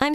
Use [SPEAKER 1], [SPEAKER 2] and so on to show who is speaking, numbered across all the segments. [SPEAKER 1] I'm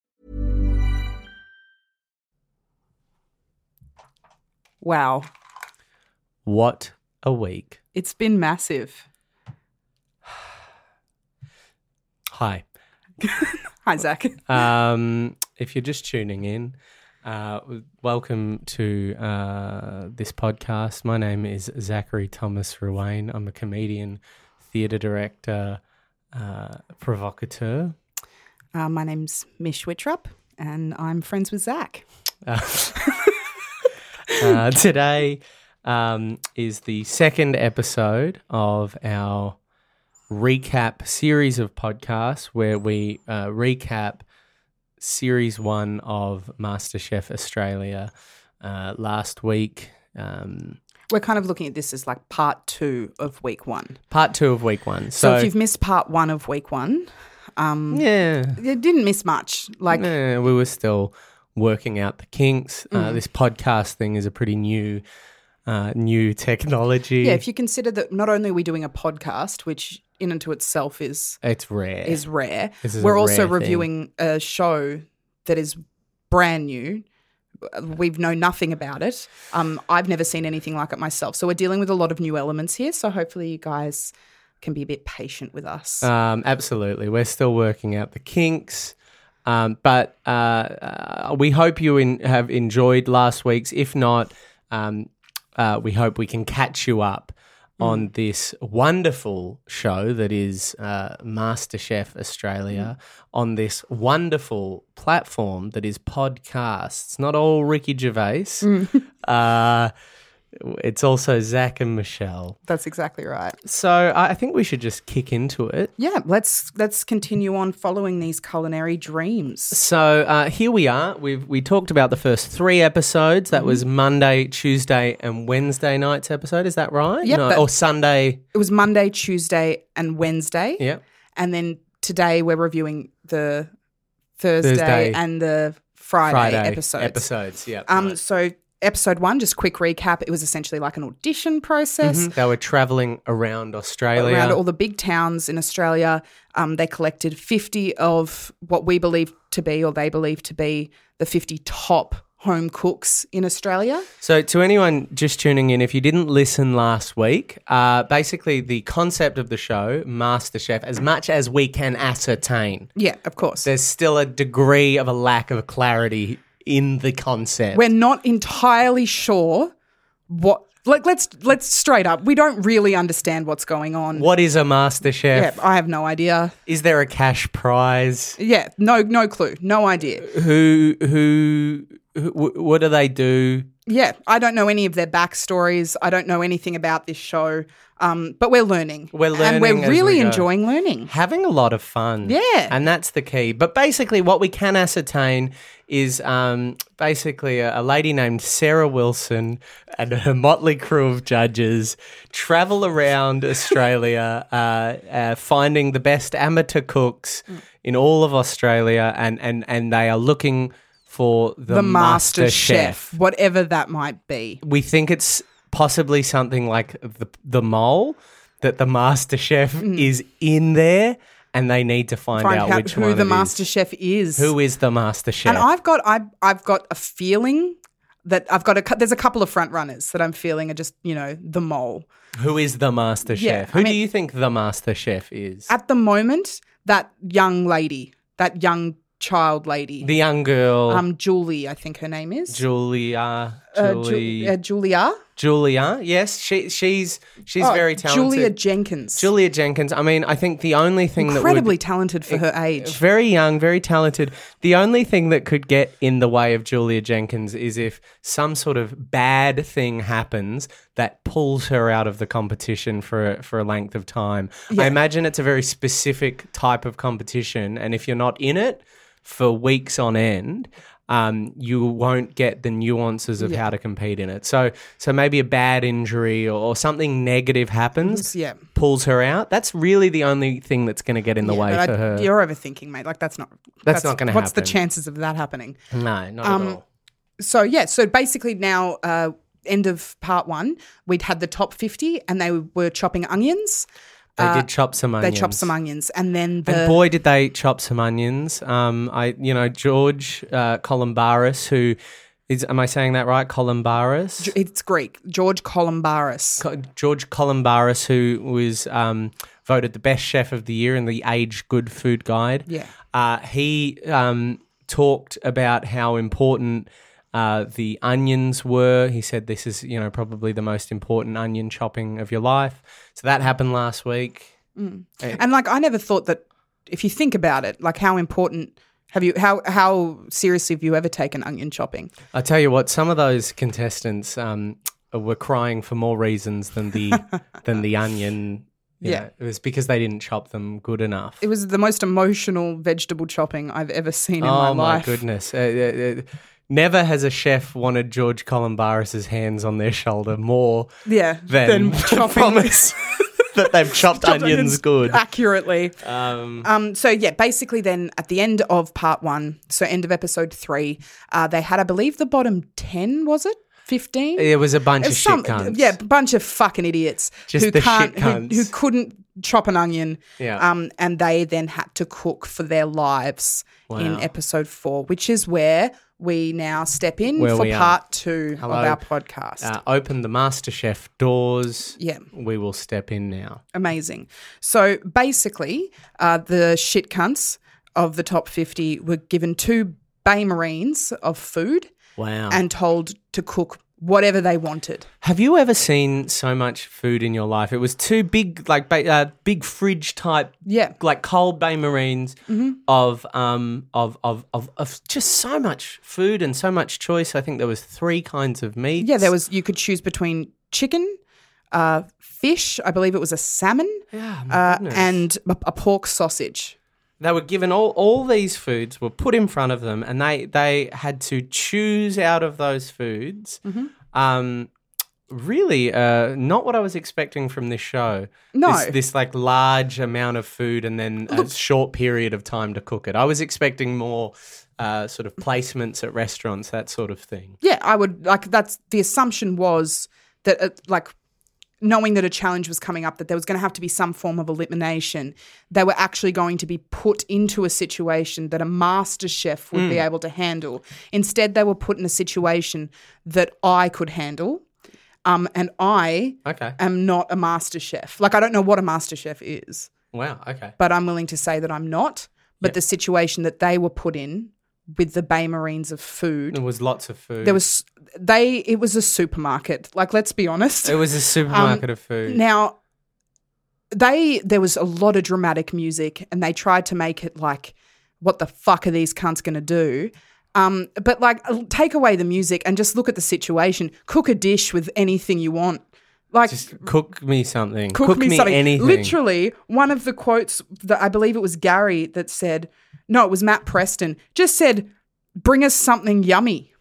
[SPEAKER 2] Wow.
[SPEAKER 3] What a week.
[SPEAKER 2] It's been massive.
[SPEAKER 3] Hi.
[SPEAKER 2] Hi, Zach.
[SPEAKER 3] Um, if you're just tuning in, uh, w- welcome to uh, this podcast. My name is Zachary Thomas Ruane. I'm a comedian, theatre director, uh, provocateur.
[SPEAKER 2] Uh, my name's Mish Wittrup, and I'm friends with Zach.
[SPEAKER 3] Uh, today um, is the second episode of our recap series of podcasts where we uh, recap series one of MasterChef Australia. Uh, last week, um,
[SPEAKER 2] We're kind of looking at this as like part two of week one.
[SPEAKER 3] part two of week one.
[SPEAKER 2] So,
[SPEAKER 3] So,
[SPEAKER 2] if you've missed part one of week one, um,
[SPEAKER 3] yeah,
[SPEAKER 2] you didn't miss much. Like,
[SPEAKER 3] Eh, we were still working out the kinks.
[SPEAKER 2] Mm.
[SPEAKER 3] Uh, this podcast thing is a pretty new, uh, new technology.
[SPEAKER 2] yeah, if you consider that not only are we doing a podcast, which in and to itself is
[SPEAKER 3] it's rare.
[SPEAKER 2] is rare,
[SPEAKER 3] This is a
[SPEAKER 2] we're also
[SPEAKER 3] rare thing.
[SPEAKER 2] reviewing a show that is brand new. We've known nothing about it. Um, I've never seen anything like it myself. So we're dealing with a lot of new elements here. So hopefully you guys can be a bit patient with us.
[SPEAKER 3] Um, absolutely. We're still working out the kinks. Um, but uh, uh, we hope you in, have enjoyed last week's. If not, um, uh, we hope we can catch you up on this wonderful show that is uh, MasterChef Australia on this wonderful platform that is podcasts. Not all Ricky Gervais. uh, it's also Zach and Michelle.
[SPEAKER 2] That's exactly right.
[SPEAKER 3] So I I think we should just kick into it.
[SPEAKER 2] Yeah, let's let's continue on following these culinary dreams.
[SPEAKER 3] So uh, here we are. We've we talked about the first three episodes. That was
[SPEAKER 2] Mm-hmm.
[SPEAKER 3] Monday, Tuesday, and Wednesday night's episode. Is that right?
[SPEAKER 2] Yep, that-
[SPEAKER 3] or Sunday.
[SPEAKER 2] It was Monday, Tuesday, and Wednesday.
[SPEAKER 3] Yeah.
[SPEAKER 2] And then today we're reviewing the Thursday,
[SPEAKER 3] Thursday.
[SPEAKER 2] and the Friday,
[SPEAKER 3] Friday
[SPEAKER 2] episodes.
[SPEAKER 3] Episodes. Yeah.
[SPEAKER 2] Um, So episode one, just quick recap. It was essentially like an audition process
[SPEAKER 3] Mm-hmm. They were traveling around Australia.
[SPEAKER 2] around all the big towns in Australia. Um, they collected 50 of what we believe to be, or they believe to be, the 50 top home cooks in Australia.
[SPEAKER 3] So, to anyone just tuning in, if you didn't listen last week, uh, basically the concept of the show, MasterChef, as much as we can ascertain,
[SPEAKER 2] Yeah, of course.
[SPEAKER 3] there's still a degree of a lack of clarity in the concept.
[SPEAKER 2] We're not entirely sure what. Like let's let's straight up. We don't really understand what's going on.
[SPEAKER 3] what is a MasterChef?
[SPEAKER 2] Yeah, I have no idea.
[SPEAKER 3] Is there a cash prize?
[SPEAKER 2] Yeah, no no clue, no idea.
[SPEAKER 3] Who who, who wh- what do they do?
[SPEAKER 2] Yeah, I don't know any of their backstories. I don't know anything about this show, um, but we're learning.
[SPEAKER 3] We're
[SPEAKER 2] and
[SPEAKER 3] learning
[SPEAKER 2] we're
[SPEAKER 3] as
[SPEAKER 2] really
[SPEAKER 3] we go.
[SPEAKER 2] enjoying learning.
[SPEAKER 3] Having a lot of fun.
[SPEAKER 2] Yeah.
[SPEAKER 3] And that's the key. But basically what we can ascertain is um, basically a, a lady named Sarah Wilson and her motley crew of judges travel around Australia uh, uh, finding the best amateur cooks in all of Australia and and and they are looking for the,
[SPEAKER 2] The Master Chef,
[SPEAKER 3] chef.
[SPEAKER 2] whatever that might be.
[SPEAKER 3] we think it's possibly something like the the mole that the master chef is in there and they need to find,
[SPEAKER 2] Hmm. Find
[SPEAKER 3] out,
[SPEAKER 2] out
[SPEAKER 3] which
[SPEAKER 2] who
[SPEAKER 3] one
[SPEAKER 2] the
[SPEAKER 3] it
[SPEAKER 2] Master
[SPEAKER 3] is.
[SPEAKER 2] Chef is.
[SPEAKER 3] who is the master chef
[SPEAKER 2] and I've got I I've got a feeling that I've got a cou- there's a couple of front runners that I'm feeling are just you know the mole
[SPEAKER 3] who is the master
[SPEAKER 2] Yeah,
[SPEAKER 3] chef
[SPEAKER 2] I
[SPEAKER 3] who do
[SPEAKER 2] mean-
[SPEAKER 3] you think the master chef is
[SPEAKER 2] at the moment. That young lady, that young child lady,
[SPEAKER 3] the young girl
[SPEAKER 2] um Julie, I think her name is
[SPEAKER 3] Julia
[SPEAKER 2] Uh, Ju-
[SPEAKER 3] Julie,
[SPEAKER 2] uh, Julia.
[SPEAKER 3] Julia yes she she's she's
[SPEAKER 2] Oh,
[SPEAKER 3] very talented
[SPEAKER 2] Julia Jenkins.
[SPEAKER 3] Julia Jenkins I mean I think the only thing that would
[SPEAKER 2] Incredibly talented for her age.
[SPEAKER 3] Very young, very talented. The only thing that could get in the way of Julia Jenkins is if some sort of bad thing happens that pulls her out of the competition for for a length of time. I imagine it's a very specific type of competition, and if you're not in it, for weeks on end, um, you won't get the nuances of how to compete in it. So, so maybe a bad injury or, or something negative happens,
[SPEAKER 2] Yeah.
[SPEAKER 3] pulls her out. That's really the only thing that's going to get in the
[SPEAKER 2] Yeah,
[SPEAKER 3] way
[SPEAKER 2] but
[SPEAKER 3] for
[SPEAKER 2] I-
[SPEAKER 3] her.
[SPEAKER 2] You're overthinking, mate. Like that's not
[SPEAKER 3] That's not gonna
[SPEAKER 2] What's the
[SPEAKER 3] happen.
[SPEAKER 2] chances of that happening?
[SPEAKER 3] No, not
[SPEAKER 2] Um,
[SPEAKER 3] at all.
[SPEAKER 2] So yeah, so basically now, uh, end of part one, we'd had the top fifty, and they were chopping onions.
[SPEAKER 3] They did chop some
[SPEAKER 2] uh, They
[SPEAKER 3] onions.
[SPEAKER 2] chopped some onions, and then the
[SPEAKER 3] And boy, did they chop some onions. Um, I, you know, George uh, Columbaris, who is, am I saying that right? Columbaris?
[SPEAKER 2] it's Greek George Columbaris.
[SPEAKER 3] Co- George Columbaris, who was um, voted the best chef of the year in the Age Good Food Guide.
[SPEAKER 2] Yeah.
[SPEAKER 3] Uh, he um, talked about how important uh, the onions were. He said this is, you know, probably the most important onion chopping of your life. So that happened last week.
[SPEAKER 2] And like I never thought that if you think about it, like how important have you how how seriously have you ever taken onion chopping?
[SPEAKER 3] I tell you what, some of those contestants um, were crying for more reasons than the than the onion. you
[SPEAKER 2] Yeah.
[SPEAKER 3] know. it was because they didn't chop them good enough.
[SPEAKER 2] It was the most emotional vegetable chopping I've ever seen in my
[SPEAKER 3] oh my
[SPEAKER 2] life.
[SPEAKER 3] goodness! Uh, uh, uh, never has a chef wanted George Columbaris's hands on their shoulder more
[SPEAKER 2] Yeah,
[SPEAKER 3] than
[SPEAKER 2] then chopping
[SPEAKER 3] promise that they've chopped, onions, good.
[SPEAKER 2] accurately.
[SPEAKER 3] Um,
[SPEAKER 2] Um, so yeah, basically, then at the end of part one, so end of episode three, uh, they had, I believe, the bottom ten was it fifteen?
[SPEAKER 3] it was a bunch of
[SPEAKER 2] It's some-
[SPEAKER 3] shit cunts.
[SPEAKER 2] Yeah, bunch of fucking idiots
[SPEAKER 3] Just
[SPEAKER 2] who
[SPEAKER 3] the
[SPEAKER 2] can't,
[SPEAKER 3] shit
[SPEAKER 2] who, who
[SPEAKER 3] cunts.
[SPEAKER 2] couldn't chop an onion.
[SPEAKER 3] Yeah.
[SPEAKER 2] Um, and they then had to cook for their lives in
[SPEAKER 3] Wow.
[SPEAKER 2] episode four, which is where we now step in
[SPEAKER 3] Where
[SPEAKER 2] for
[SPEAKER 3] we are.
[SPEAKER 2] part two
[SPEAKER 3] Hello.
[SPEAKER 2] of our podcast.
[SPEAKER 3] Uh, open the MasterChef doors.
[SPEAKER 2] Yeah.
[SPEAKER 3] we will step in now.
[SPEAKER 2] Amazing. So basically, uh, the shit cunts of the top 50 were given two Bay Marines of food
[SPEAKER 3] Wow.
[SPEAKER 2] and told to cook whatever they wanted.
[SPEAKER 3] Have you ever seen so much food in your life? It was two big, like ba- uh, big fridge type,
[SPEAKER 2] Yeah. Mm-hmm.
[SPEAKER 3] like cold bay marines of um of, of of of just so much food and so much choice. I think there was three kinds of meat.
[SPEAKER 2] Yeah, there was, you could choose between chicken, uh, fish, I believe it was a salmon,
[SPEAKER 3] Yeah, my
[SPEAKER 2] uh,
[SPEAKER 3] goodness.
[SPEAKER 2] and a, a pork sausage.
[SPEAKER 3] they were given all all these foods were put in front of them, and they they had to choose out of those foods.
[SPEAKER 2] Mm-hmm.
[SPEAKER 3] Um, really, uh, not what I was expecting from this show.
[SPEAKER 2] No.
[SPEAKER 3] this, this like large amount of food and then a short period of time to cook it. I was expecting more. Uh, sort of placements at restaurants, that sort of thing.
[SPEAKER 2] Yeah, I would, like, that's the assumption was that, uh, like, knowing that a challenge was coming up, that there was going to have to be some form of elimination, they were actually going to be put into a situation that a master chef would be able to handle. Instead, they were put in a situation that I could handle. Um, and I
[SPEAKER 3] Okay.
[SPEAKER 2] am not a master chef. Like, I don't know what a master chef is,
[SPEAKER 3] Wow. Okay.
[SPEAKER 2] but I'm willing to say that I'm not. But the situation that they were put in with the Bay Marines of food,
[SPEAKER 3] There was lots of food.
[SPEAKER 2] there was, they, it was a supermarket. Like, let's be honest.
[SPEAKER 3] It was a supermarket of food.
[SPEAKER 2] Um, Now, they there was a lot of dramatic music, and they tried to make it like, what the fuck are these cunts going to do? Um, but like, take away the music and just look at the situation. Cook a dish with anything you want. Like,
[SPEAKER 3] Just cook me something.
[SPEAKER 2] cook, me, something.
[SPEAKER 3] anything.
[SPEAKER 2] Literally, one of the quotes that I believe it was Gary that said, no, it was Matt Preston, just said, "Bring us something yummy."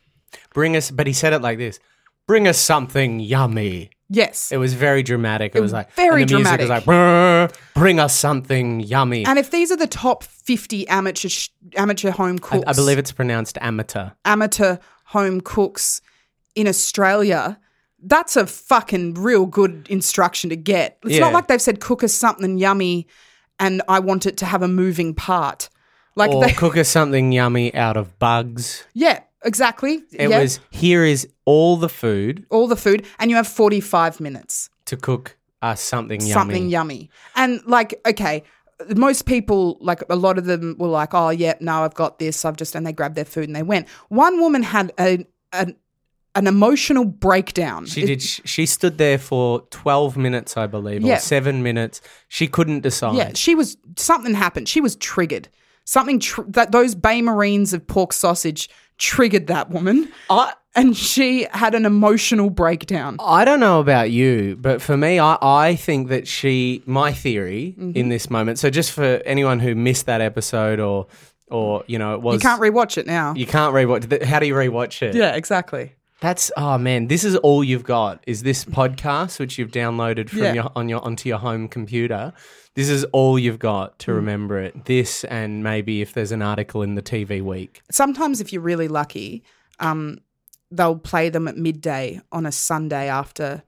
[SPEAKER 3] Bring us, but he said it like this: "Bring us something yummy."
[SPEAKER 2] Yes,
[SPEAKER 3] It was very dramatic. It, was like
[SPEAKER 2] very
[SPEAKER 3] and the Music was like,
[SPEAKER 2] dramatic.
[SPEAKER 3] "Brr, "Bring us something yummy."
[SPEAKER 2] and if these are the top fifty amateur sh- amateur home
[SPEAKER 3] I,
[SPEAKER 2] cooks,
[SPEAKER 3] I believe it's pronounced amateur.
[SPEAKER 2] amateur home cooks in Australia, that's a fucking real good instruction to get. It's
[SPEAKER 3] Yeah.
[SPEAKER 2] not like they've said cook us something yummy and I want it to have a moving part. Like
[SPEAKER 3] or
[SPEAKER 2] they,
[SPEAKER 3] cook us something yummy out of bugs.
[SPEAKER 2] yeah, exactly.
[SPEAKER 3] It
[SPEAKER 2] yeah.
[SPEAKER 3] was here is all the food
[SPEAKER 2] all the food and you have 45 minutes.
[SPEAKER 3] to cook us something yummy.
[SPEAKER 2] Something yummy. And like okay, most people, like a lot of them, were like, "Oh, yeah, no, I've got this. I've just," and they grabbed their food and they went. One woman had a, an an emotional breakdown.
[SPEAKER 3] She
[SPEAKER 2] It-
[SPEAKER 3] did. sh- She stood there for twelve minutes, I believe,
[SPEAKER 2] Yeah.
[SPEAKER 3] or seven minutes. She couldn't decide.
[SPEAKER 2] Yeah, she was something happened. She was triggered. Something tr- that those Bay Marines of pork sausage triggered that woman,
[SPEAKER 3] I,
[SPEAKER 2] and she had an emotional breakdown.
[SPEAKER 3] I don't know about you, but for me, I, I think that
[SPEAKER 2] Mm-hmm.
[SPEAKER 3] she, my theory in this moment. So, just for anyone who missed that episode or or you know, it was
[SPEAKER 2] you can't rewatch it now.
[SPEAKER 3] you can't rewatch. th- How do you rewatch it?
[SPEAKER 2] yeah, exactly.
[SPEAKER 3] That's oh man, this is all you've got is this podcast which you've downloaded from
[SPEAKER 2] Mm-hmm. Yeah.
[SPEAKER 3] your on your onto your home computer. This is all you've got
[SPEAKER 2] Mm-hmm.
[SPEAKER 3] to remember it. This and maybe if there's an article in the TV week.
[SPEAKER 2] Sometimes, if you're really lucky, um, they'll play them at midday on a Sunday after,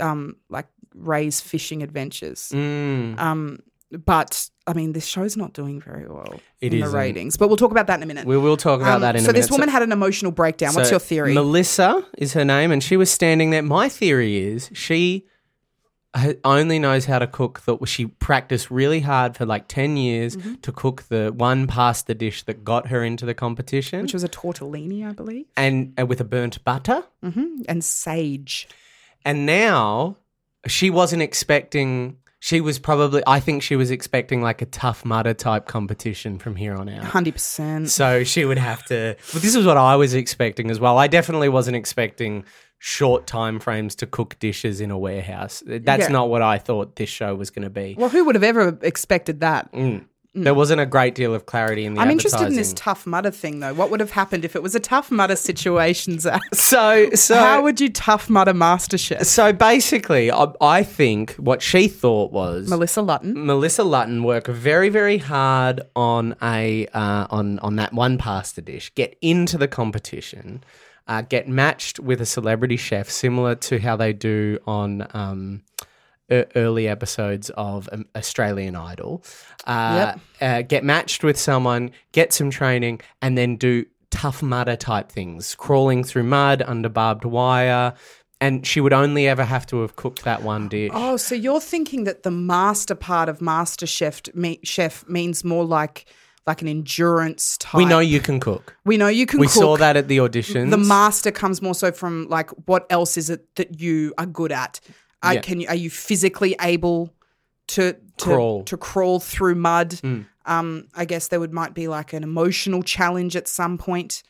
[SPEAKER 2] um, like Ray's fishing adventures.
[SPEAKER 3] Mm.
[SPEAKER 2] Um, but I mean, this show's not doing very well
[SPEAKER 3] It
[SPEAKER 2] in the
[SPEAKER 3] isn't.
[SPEAKER 2] ratings. But we'll talk about that in a minute.
[SPEAKER 3] We will talk about
[SPEAKER 2] Um,
[SPEAKER 3] that in
[SPEAKER 2] so
[SPEAKER 3] a minute.
[SPEAKER 2] this woman had an emotional breakdown. What's
[SPEAKER 3] so
[SPEAKER 2] your theory?
[SPEAKER 3] Melissa is her name, and she was standing there. My theory is she ha- only knows how to cook the. She practiced really hard for like ten years
[SPEAKER 2] Mm-hmm.
[SPEAKER 3] to cook the one pasta dish that got her into the competition,
[SPEAKER 2] which was a tortellini, I believe,
[SPEAKER 3] and, and with a burnt butter.
[SPEAKER 2] hmm and sage.
[SPEAKER 3] And now she wasn't expecting. She was probably. I think she was expecting like a tough mudder type competition from here on out.
[SPEAKER 2] Hundred percent.
[SPEAKER 3] So she would have to. Well, this is what I was expecting as well. I definitely wasn't expecting short time frames to cook dishes in a warehouse. That's
[SPEAKER 2] Yeah.
[SPEAKER 3] not what I thought this show was going to be.
[SPEAKER 2] Well, who would have ever expected that?
[SPEAKER 3] There wasn't a great deal of clarity in Mm, the.
[SPEAKER 2] Mm. I'm interested in this
[SPEAKER 3] advertising.
[SPEAKER 2] tough mudder thing, though. What would have happened if it was a tough mudder situation, Zach?
[SPEAKER 3] so so
[SPEAKER 2] How would you tough mudder MasterChef?
[SPEAKER 3] so basically, I, I think what she thought was
[SPEAKER 2] Melissa Lutton.
[SPEAKER 3] Melissa Lutton work very, very hard on a uh, on on that one pasta dish. Get into the competition, uh, get matched with a celebrity chef, similar to how they do on um, e- early episodes of um, Australian Idol. Uh, uh, get matched with someone, get some training, and then do tough mudder type things, crawling through mud under barbed wire. And she would only ever have to have cooked that one dish.
[SPEAKER 2] Oh, so you're thinking that the master part of MasterChef me- chef means more like like an endurance type.
[SPEAKER 3] we know you can cook.
[SPEAKER 2] We know you can.
[SPEAKER 3] We
[SPEAKER 2] cook.
[SPEAKER 3] saw that at the auditions.
[SPEAKER 2] The master comes more so from like what else is it that you are good at? Are,
[SPEAKER 3] Yeah.
[SPEAKER 2] Can you are you physically able to, to
[SPEAKER 3] Crawl. Mm.
[SPEAKER 2] to crawl through mud? Um, I guess there would might be like an emotional challenge at some point.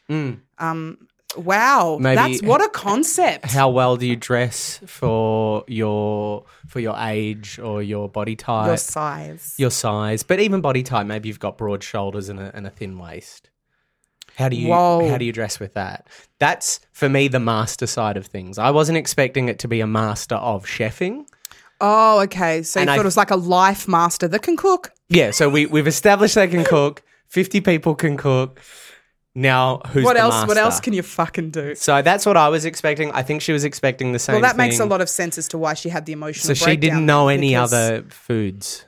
[SPEAKER 2] Um, wow,
[SPEAKER 3] Mm. Maybe-
[SPEAKER 2] that's what a concept.
[SPEAKER 3] How well do you dress for your for your age or your body type,
[SPEAKER 2] your size.
[SPEAKER 3] your size? But even body type, maybe you've got broad shoulders and a, and a thin waist. How do you
[SPEAKER 2] Whoa.
[SPEAKER 3] how do you dress with that? That's for me the master side of things. I wasn't expecting it to be a master of chefing.
[SPEAKER 2] Oh, okay. So you
[SPEAKER 3] And I-
[SPEAKER 2] thought it was like a life master that can cook.
[SPEAKER 3] Yeah, so we we've established they can cook. Fifty people can cook. Now who's
[SPEAKER 2] what
[SPEAKER 3] the
[SPEAKER 2] else? What
[SPEAKER 3] master?
[SPEAKER 2] else can you fucking do?
[SPEAKER 3] So that's what I was expecting. I think she was expecting the same.
[SPEAKER 2] Well, that makes a
[SPEAKER 3] thing.
[SPEAKER 2] lot of sense as to why she had the emotional.
[SPEAKER 3] So she
[SPEAKER 2] breakdown,
[SPEAKER 3] didn't know any
[SPEAKER 2] because-
[SPEAKER 3] other foods.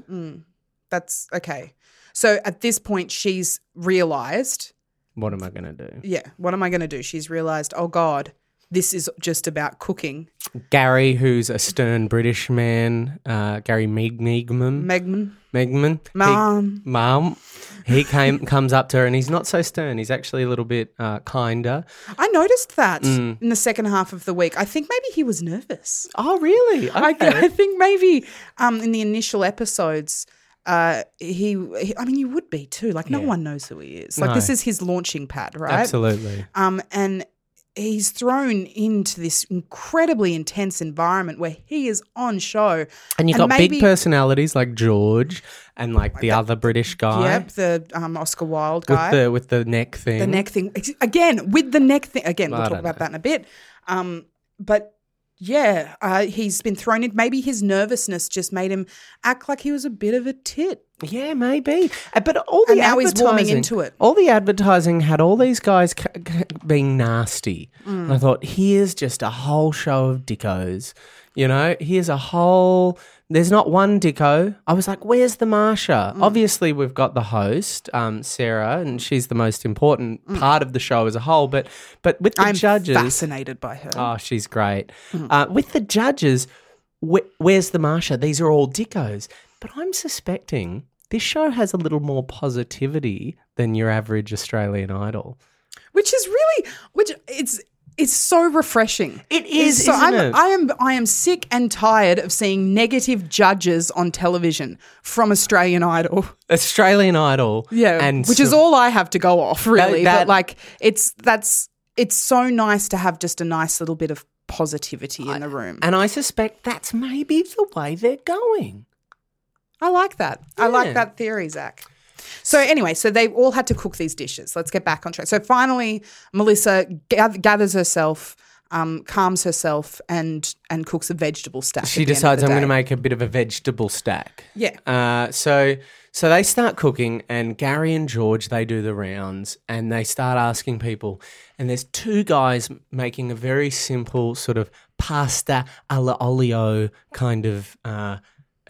[SPEAKER 2] That's okay. So at this point, she's realized,
[SPEAKER 3] What am I going to do?
[SPEAKER 2] yeah, what am I going to do? She's realized, oh God, this is just about cooking.
[SPEAKER 3] Gary, who's a stern British man, uh, Gary Meg- Megman,
[SPEAKER 2] Megman,
[SPEAKER 3] Megman, he-
[SPEAKER 2] Mom.
[SPEAKER 3] Mum, he came comes up to her and he's not so stern. He's actually a little bit uh, kinder.
[SPEAKER 2] I noticed that
[SPEAKER 3] Mm.
[SPEAKER 2] in the second half of the week. I think maybe he was nervous.
[SPEAKER 3] Oh, really?
[SPEAKER 2] I, I think maybe um, in the initial episodes, uh, he, he, I mean, you would be too. Like, no one knows who he is. Like,
[SPEAKER 3] No.
[SPEAKER 2] this is his launching pad, right?
[SPEAKER 3] Absolutely.
[SPEAKER 2] Um, and he's thrown into this incredibly intense environment where he is on show.
[SPEAKER 3] And you've got
[SPEAKER 2] maybe-
[SPEAKER 3] big personalities like George and like the other British guy
[SPEAKER 2] Yep, the um, Oscar Wilde
[SPEAKER 3] with
[SPEAKER 2] guy.
[SPEAKER 3] the with the neck thing.
[SPEAKER 2] the neck thing Ex- again with the neck thing again we'll
[SPEAKER 3] I
[SPEAKER 2] talk
[SPEAKER 3] don't
[SPEAKER 2] about
[SPEAKER 3] know.
[SPEAKER 2] that in a bit um but yeah uh, he's been thrown in maybe his nervousness just made him act like he was a bit of a tit
[SPEAKER 3] Yeah, maybe. Uh, But all the
[SPEAKER 2] And now he's warming
[SPEAKER 3] advertising-
[SPEAKER 2] into it.
[SPEAKER 3] All the advertising had all these guys c- c- being nasty,
[SPEAKER 2] Mm.
[SPEAKER 3] and I thought, here's just a whole show of dickos. You know, here's a whole. There's not one dicko. I was like, where's the Marsha?
[SPEAKER 2] Mm.
[SPEAKER 3] Obviously, we've got the host, um, Sarah, and she's the most important part of the show as a whole. But but with the
[SPEAKER 2] Mm. i'm
[SPEAKER 3] judges,
[SPEAKER 2] fascinated by her
[SPEAKER 3] Oh, she's great.
[SPEAKER 2] Mm-hmm.
[SPEAKER 3] Uh, with the judges, wh- where's the Marsha? These are all dickos. But I'm suspecting this show has a little more positivity than your average Australian Idol.
[SPEAKER 2] which is really which it's it's so refreshing
[SPEAKER 3] It is,
[SPEAKER 2] It's so
[SPEAKER 3] isn't
[SPEAKER 2] I'm,
[SPEAKER 3] it?
[SPEAKER 2] I am I am sick and tired of seeing negative judges on television from Australian Idol.
[SPEAKER 3] Australian Idol,
[SPEAKER 2] Yeah,
[SPEAKER 3] and
[SPEAKER 2] which is
[SPEAKER 3] so-
[SPEAKER 2] all I have to go off really.
[SPEAKER 3] that-
[SPEAKER 2] but like, it's that's it's so nice to have just a nice little bit of positivity in the room.
[SPEAKER 3] And I suspect that's maybe the way they're going.
[SPEAKER 2] I like that. I like
[SPEAKER 3] Yeah.
[SPEAKER 2] that theory, Zach. So anyway, so they all had to cook these dishes. Let's get back on track. So finally, Melissa gath- gathers herself, um, calms herself, and and cooks a vegetable stack.
[SPEAKER 3] She decides I'm going to make a bit of a vegetable stack.
[SPEAKER 2] Yeah.
[SPEAKER 3] Uh, so so they start cooking, and Gary and George they do the rounds, and they start asking people. And there's two guys making a very simple sort of pasta alla olio kind of uh,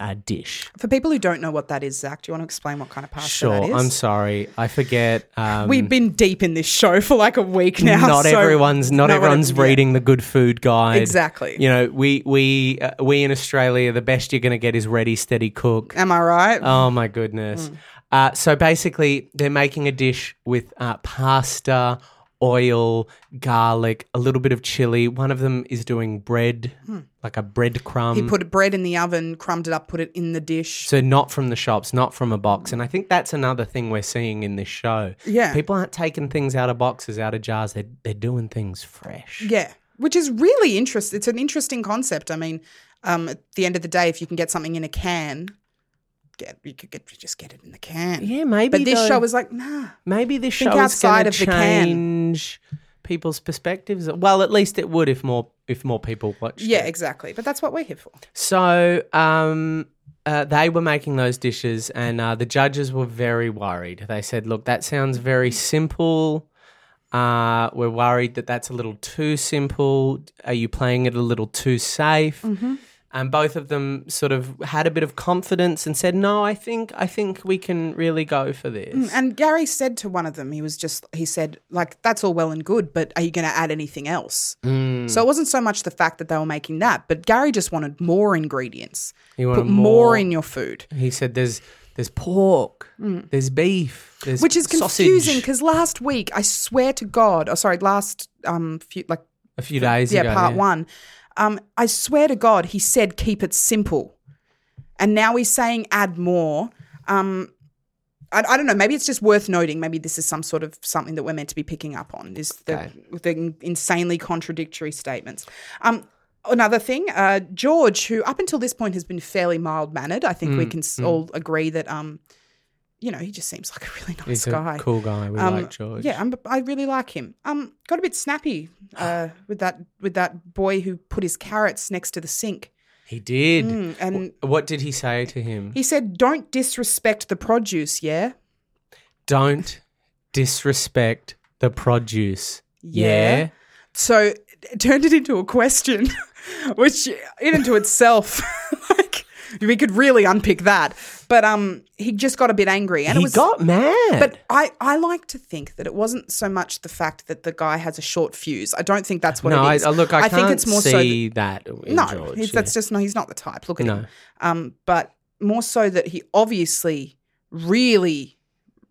[SPEAKER 3] uh, dish.
[SPEAKER 2] For people who don't know what that is, Zach, do you want to explain what kind of pasta that is?
[SPEAKER 3] Sure, I'm sorry, I forget. Um,
[SPEAKER 2] We've been deep in this show for like a week now.
[SPEAKER 3] not
[SPEAKER 2] so
[SPEAKER 3] everyone's not
[SPEAKER 2] no one-
[SPEAKER 3] everyone's
[SPEAKER 2] yeah.
[SPEAKER 3] reading the good food guide.
[SPEAKER 2] Exactly.
[SPEAKER 3] You know, we we uh, we in Australia, the best you're going to get is ready, steady, cook.
[SPEAKER 2] Am I right?
[SPEAKER 3] Oh my goodness.
[SPEAKER 2] Mm.
[SPEAKER 3] Uh, so basically, they're making a dish with uh, pasta, oil, garlic, a little bit of chili. One of them is doing bread, like a bread crumb.
[SPEAKER 2] Hmm. he put bread in the oven, crumbed it up, put it in the dish.
[SPEAKER 3] so not from the shops, not from a box. And I think that's another thing we're seeing in this show.
[SPEAKER 2] Yeah.
[SPEAKER 3] People aren't taking things out of boxes, out of jars. They're, they're doing things fresh.
[SPEAKER 2] Yeah, which is really interesting. It's an interesting concept. I mean, um, at the end of the day, if you can get something in a can, get you could get, just get it in the can.
[SPEAKER 3] Yeah, maybe
[SPEAKER 2] But this
[SPEAKER 3] though-
[SPEAKER 2] show was like, nah.
[SPEAKER 3] Maybe this
[SPEAKER 2] Think
[SPEAKER 3] show
[SPEAKER 2] outside of
[SPEAKER 3] is
[SPEAKER 2] the
[SPEAKER 3] going to
[SPEAKER 2] can.
[SPEAKER 3] change people's perspectives. Well, at least it would if more if more people watched.
[SPEAKER 2] Yeah,
[SPEAKER 3] it.
[SPEAKER 2] exactly. But that's what we're here for.
[SPEAKER 3] So um, uh, they were making those dishes, and uh, the judges were very worried. They said, "Look, that sounds very simple. Uh, we're worried that that's a little too simple. Are you playing it a little too safe?"
[SPEAKER 2] Mm-hmm.
[SPEAKER 3] And both of them sort of had a bit of confidence and said, "No, I think I think we can really go for this."
[SPEAKER 2] Mm, And Gary said to one of them, he was just, he said, like, that's all well and good, but are you going to add anything else?
[SPEAKER 3] Mm.
[SPEAKER 2] So it wasn't so much the fact that they were making that, but Gary just wanted more ingredients.
[SPEAKER 3] He wanted
[SPEAKER 2] Put more,
[SPEAKER 3] more.
[SPEAKER 2] in your food,
[SPEAKER 3] He said, "There's there's pork, there's beef, there's
[SPEAKER 2] which is
[SPEAKER 3] sausage."
[SPEAKER 2] confusing because last week, I swear to God, oh, sorry, last, um, few, like,
[SPEAKER 3] a few days
[SPEAKER 2] yeah,
[SPEAKER 3] ago,
[SPEAKER 2] part one. Um, I swear to God, he said keep it simple, and now he's saying add more. Um, I, I don't know. Maybe it's just worth noting. Maybe this is some sort of something that we're meant to be picking up on. Is the, the insanely contradictory statements. Um, another thing, uh, George, who up until this point has been fairly mild mannered, I
[SPEAKER 3] Mm,
[SPEAKER 2] think we can s all agree that. Um, you know, he just seems like a really nice
[SPEAKER 3] He's
[SPEAKER 2] guy.
[SPEAKER 3] a cool guy. We
[SPEAKER 2] Um,
[SPEAKER 3] like George.
[SPEAKER 2] Yeah, I'm, I really like him. Um, got a bit snappy uh, with that with that boy who put his carrots next to the sink,
[SPEAKER 3] He did.
[SPEAKER 2] Mm, and
[SPEAKER 3] What did he say to him?
[SPEAKER 2] he said, "Don't disrespect the produce." Yeah,
[SPEAKER 3] Don't disrespect the produce.
[SPEAKER 2] Yeah. so it turned it into a question, which in and to itself, like we could really unpick that. But um, he just got a bit angry, and
[SPEAKER 3] he
[SPEAKER 2] it was
[SPEAKER 3] got mad.
[SPEAKER 2] But I, I like to think that it wasn't so much the fact that the guy has a short fuse. I don't think that's what
[SPEAKER 3] no,
[SPEAKER 2] it
[SPEAKER 3] I,
[SPEAKER 2] is.
[SPEAKER 3] I- look, I, can't
[SPEAKER 2] think it's more so that-
[SPEAKER 3] see that. In
[SPEAKER 2] no,
[SPEAKER 3] George.
[SPEAKER 2] he's, that's just no. He's not the type. Look at
[SPEAKER 3] No.
[SPEAKER 2] him. Um, but more so that he obviously really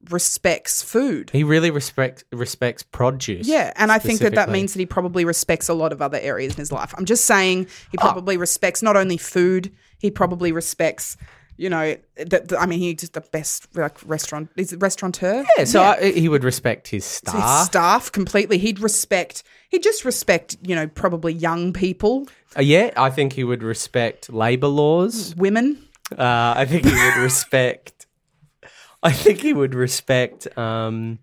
[SPEAKER 2] respects food.
[SPEAKER 3] he really respects respects produce.
[SPEAKER 2] Yeah, and I think that that
[SPEAKER 3] specifically.
[SPEAKER 2] means that he probably respects a lot of other areas in his life. I'm just saying he
[SPEAKER 3] Oh.
[SPEAKER 2] probably respects not only food. He probably respects, you know, the, the- I mean, he's the best like restaurant. He's a restaurateur.
[SPEAKER 3] Yeah, so I, he would respect his staff.
[SPEAKER 2] His staff completely. He'd respect. He'd just respect, you know, probably young people,
[SPEAKER 3] Uh, yeah, I think he would respect labor laws.
[SPEAKER 2] women.
[SPEAKER 3] Uh, I think he would respect. I think he would respect um,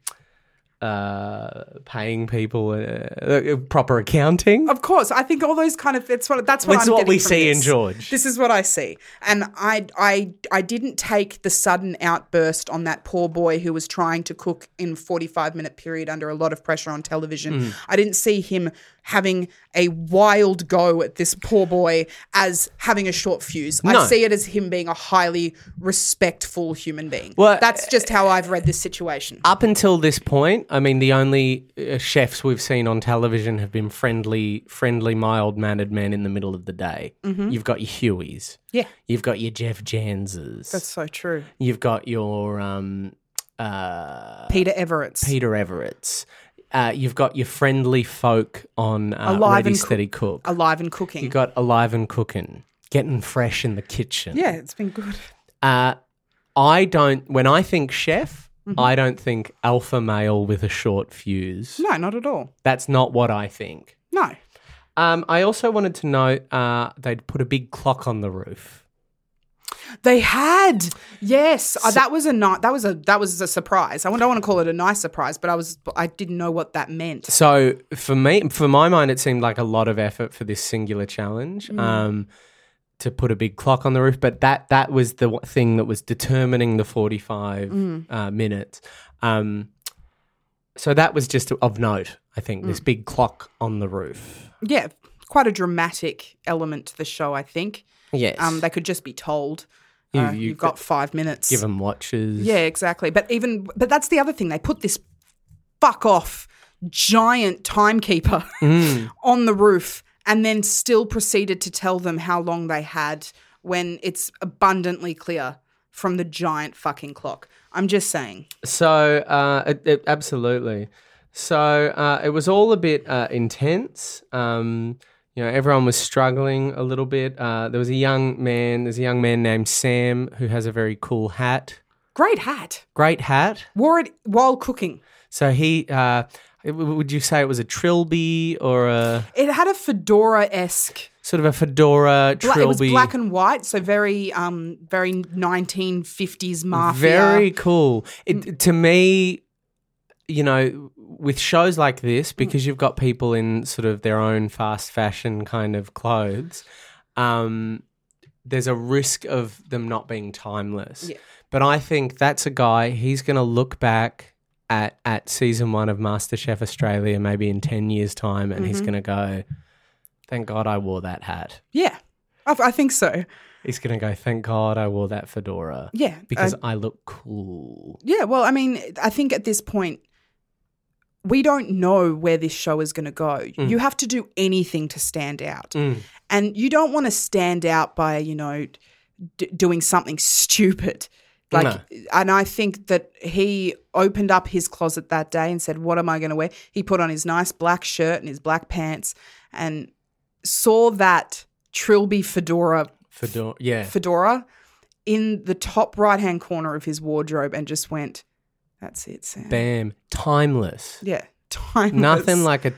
[SPEAKER 3] uh, paying people uh, uh, proper accounting.
[SPEAKER 2] Of course, I think all those kind of that's what that's what
[SPEAKER 3] That's
[SPEAKER 2] I'm
[SPEAKER 3] what
[SPEAKER 2] getting
[SPEAKER 3] we
[SPEAKER 2] from
[SPEAKER 3] see in
[SPEAKER 2] this.
[SPEAKER 3] George.
[SPEAKER 2] This is what I see, and I I I didn't take the sudden outburst on that poor boy who was trying to cook in 45 minute period under a lot of pressure on television.
[SPEAKER 3] Hmm.
[SPEAKER 2] I didn't see him having a wild go at this poor boy as having a short fuse.
[SPEAKER 3] No.
[SPEAKER 2] I see it as him being a highly respectful human being.
[SPEAKER 3] Well,
[SPEAKER 2] that's just how I've read this situation.
[SPEAKER 3] Up until this point, I mean, the only uh, chefs we've seen on television have been friendly, friendly, mild-mannered men in the middle of the day. You've got your Hueys.
[SPEAKER 2] Mm-hmm. Yeah.
[SPEAKER 3] You've got your Jeff Janses.
[SPEAKER 2] That's so true.
[SPEAKER 3] You've got your um, uh,
[SPEAKER 2] Peter Everett's.
[SPEAKER 3] Peter Everett's. Uh, you've got your friendly folk on uh,
[SPEAKER 2] Alive
[SPEAKER 3] Ready
[SPEAKER 2] and Cook.
[SPEAKER 3] Steady Cook.
[SPEAKER 2] Alive and cooking.
[SPEAKER 3] You got alive and cooking, getting fresh in the kitchen.
[SPEAKER 2] yeah, it's been good.
[SPEAKER 3] Uh, I don't. When I think chef,
[SPEAKER 2] Mm-hmm.
[SPEAKER 3] I don't think alpha male with a short fuse.
[SPEAKER 2] No, not at all.
[SPEAKER 3] That's not what I think.
[SPEAKER 2] No.
[SPEAKER 3] Um, I also wanted to know uh, they'd put a big clock on the roof.
[SPEAKER 2] They had yes, Uh, that was a night. That was a that was a surprise. I don't want to call it a nice surprise, but I was I didn't know what that meant.
[SPEAKER 3] So for me, for my mind, it seemed like a lot of effort for this singular challenge um, to put a big clock on the roof. But that that was the one thing that was determining the forty-five uh, minutes. Um, so that was just of note. I think this big clock on the roof.
[SPEAKER 2] Yeah, quite a dramatic element to the show. I think
[SPEAKER 3] Yes,
[SPEAKER 2] um, they could just be told uh,
[SPEAKER 3] You-
[SPEAKER 2] you,
[SPEAKER 3] you
[SPEAKER 2] have got five minutes.
[SPEAKER 3] give them watches.
[SPEAKER 2] Yeah, exactly. But even but that's the other thing. They put this fuck off giant timekeeper on the roof and then still proceeded to tell them how long they had when it's abundantly clear from the giant fucking clock. I'm just saying.
[SPEAKER 3] So, uh, it, it- absolutely. So uh, it was all a bit uh, intense. Um, you know, everyone was struggling a little bit. Uh, there was a young man. There's a young man named Sam who has a very cool hat.
[SPEAKER 2] Great hat.
[SPEAKER 3] Great hat.
[SPEAKER 2] Wore it while cooking.
[SPEAKER 3] So he. Uh, w- w- would you say it was a trilby or a
[SPEAKER 2] It had a fedora esque.
[SPEAKER 3] sort of a fedora trilby?
[SPEAKER 2] It was black and white, so very, um, very 1950s mafia. Mm.
[SPEAKER 3] Very cool. It, to me, you know, with shows like this,
[SPEAKER 2] Mm.
[SPEAKER 3] because you've got people in sort of their own fast fashion kind of clothes, um, there's a risk of them not being timeless.
[SPEAKER 2] Yeah.
[SPEAKER 3] But I think that's a guy, he's going to look back. At, at season one of MasterChef Australia, maybe in 10 years' time, and he's going
[SPEAKER 2] Mm-hmm.
[SPEAKER 3] to go, Thank God I wore that hat.
[SPEAKER 2] yeah. I, I think so.
[SPEAKER 3] He's going to go, Thank God I wore that fedora
[SPEAKER 2] Yeah,
[SPEAKER 3] because I look cool.
[SPEAKER 2] Yeah, well, I mean, I think at this point, we don't know where this show is going to go. You have to do anything to stand out. And you don't want to stand out by, you know, d- doing something stupid. Like, and I think that he opened up his closet that day and said, What am I going to wear? He put on his nice black shirt and his black pants and saw that Trilby fedora
[SPEAKER 3] Fedora, yeah.
[SPEAKER 2] fedora in the top right hand corner of his wardrobe and just went, That's it, Sam.
[SPEAKER 3] Bam, timeless.
[SPEAKER 2] Yeah. Timeless.
[SPEAKER 3] Nothing like a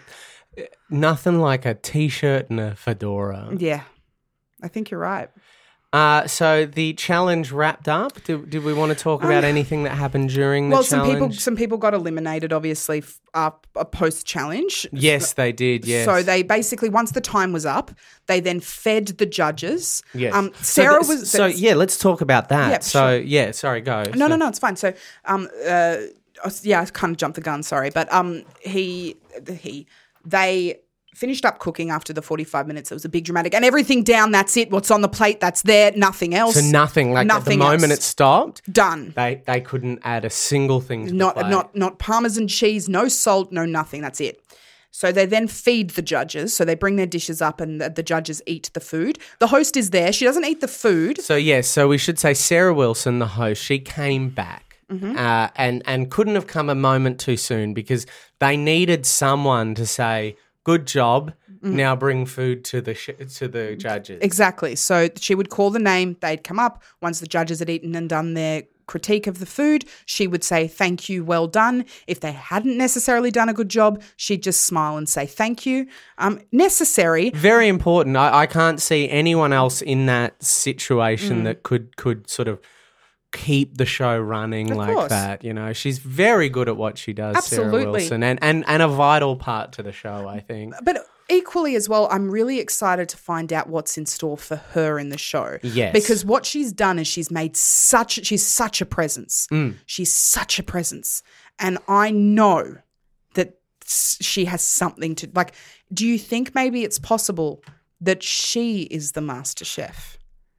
[SPEAKER 3] nothing like a t-shirt and a fedora.
[SPEAKER 2] Yeah. I think you're right.
[SPEAKER 3] Uh, so the challenge wrapped up. Did, did we want to talk about anything that happened during the
[SPEAKER 2] Uh, Well, some
[SPEAKER 3] challenge?
[SPEAKER 2] people some people got eliminated obviously f- up a post challenge.
[SPEAKER 3] yes, they did. Yes.
[SPEAKER 2] So they basically once the time was up, they then fed the judges.
[SPEAKER 3] Yes.
[SPEAKER 2] Um,
[SPEAKER 3] So
[SPEAKER 2] Sarah
[SPEAKER 3] th-
[SPEAKER 2] was
[SPEAKER 3] So yeah, let's talk about that.
[SPEAKER 2] Yeah,
[SPEAKER 3] so
[SPEAKER 2] sure.
[SPEAKER 3] yeah, sorry, go.
[SPEAKER 2] No, no, no, it's fine. So, um, uh, yeah, I kind of jumped the gun. Sorry, but um, he, he, they finished up cooking after the forty-five minutes. It was a big dramatic, and everything down. That's it. What's on the plate? That's there. Nothing else.
[SPEAKER 3] So nothing. Like at the
[SPEAKER 2] Nothing
[SPEAKER 3] moment
[SPEAKER 2] else.
[SPEAKER 3] it stopped,
[SPEAKER 2] done.
[SPEAKER 3] they they couldn't add a single thing. To
[SPEAKER 2] Not,
[SPEAKER 3] the plate.
[SPEAKER 2] not, not parmesan cheese. No salt. No nothing. That's it. So they then feed the judges. So they bring their dishes up, and the, the judges eat the food. The host is there. She doesn't eat the food.
[SPEAKER 3] So yes, so we should say Sarah Wilson, the host, she came back
[SPEAKER 2] Mm-hmm.
[SPEAKER 3] uh, and and couldn't have come a moment too soon because they needed someone to say good job.
[SPEAKER 2] Mm-hmm.
[SPEAKER 3] Now bring food to the sh- to the judges.
[SPEAKER 2] Exactly. So she would call the name, they'd come up. Once the judges had eaten and done their critique of the food, she would say, Thank you, well done. If they hadn't necessarily done a good job, she'd just smile and say, Thank you. Um, necessary.
[SPEAKER 3] Very important. I, I can't see anyone else in that
[SPEAKER 2] Mm.
[SPEAKER 3] situation that could could sort of keep the show running like
[SPEAKER 2] course.
[SPEAKER 3] that. You know, she's very good at what she does, Sarah
[SPEAKER 2] Absolutely. Uh,
[SPEAKER 3] Wilson, and, and and a vital part to the show. I think.
[SPEAKER 2] But equally as well, I'm really excited to find out what's in store for her in the show.
[SPEAKER 3] Yes.
[SPEAKER 2] Because what she's done is she's made such she's such a presence. She's such a presence. And I know that s- she has something to like do you think maybe it's possible that she is the master chef?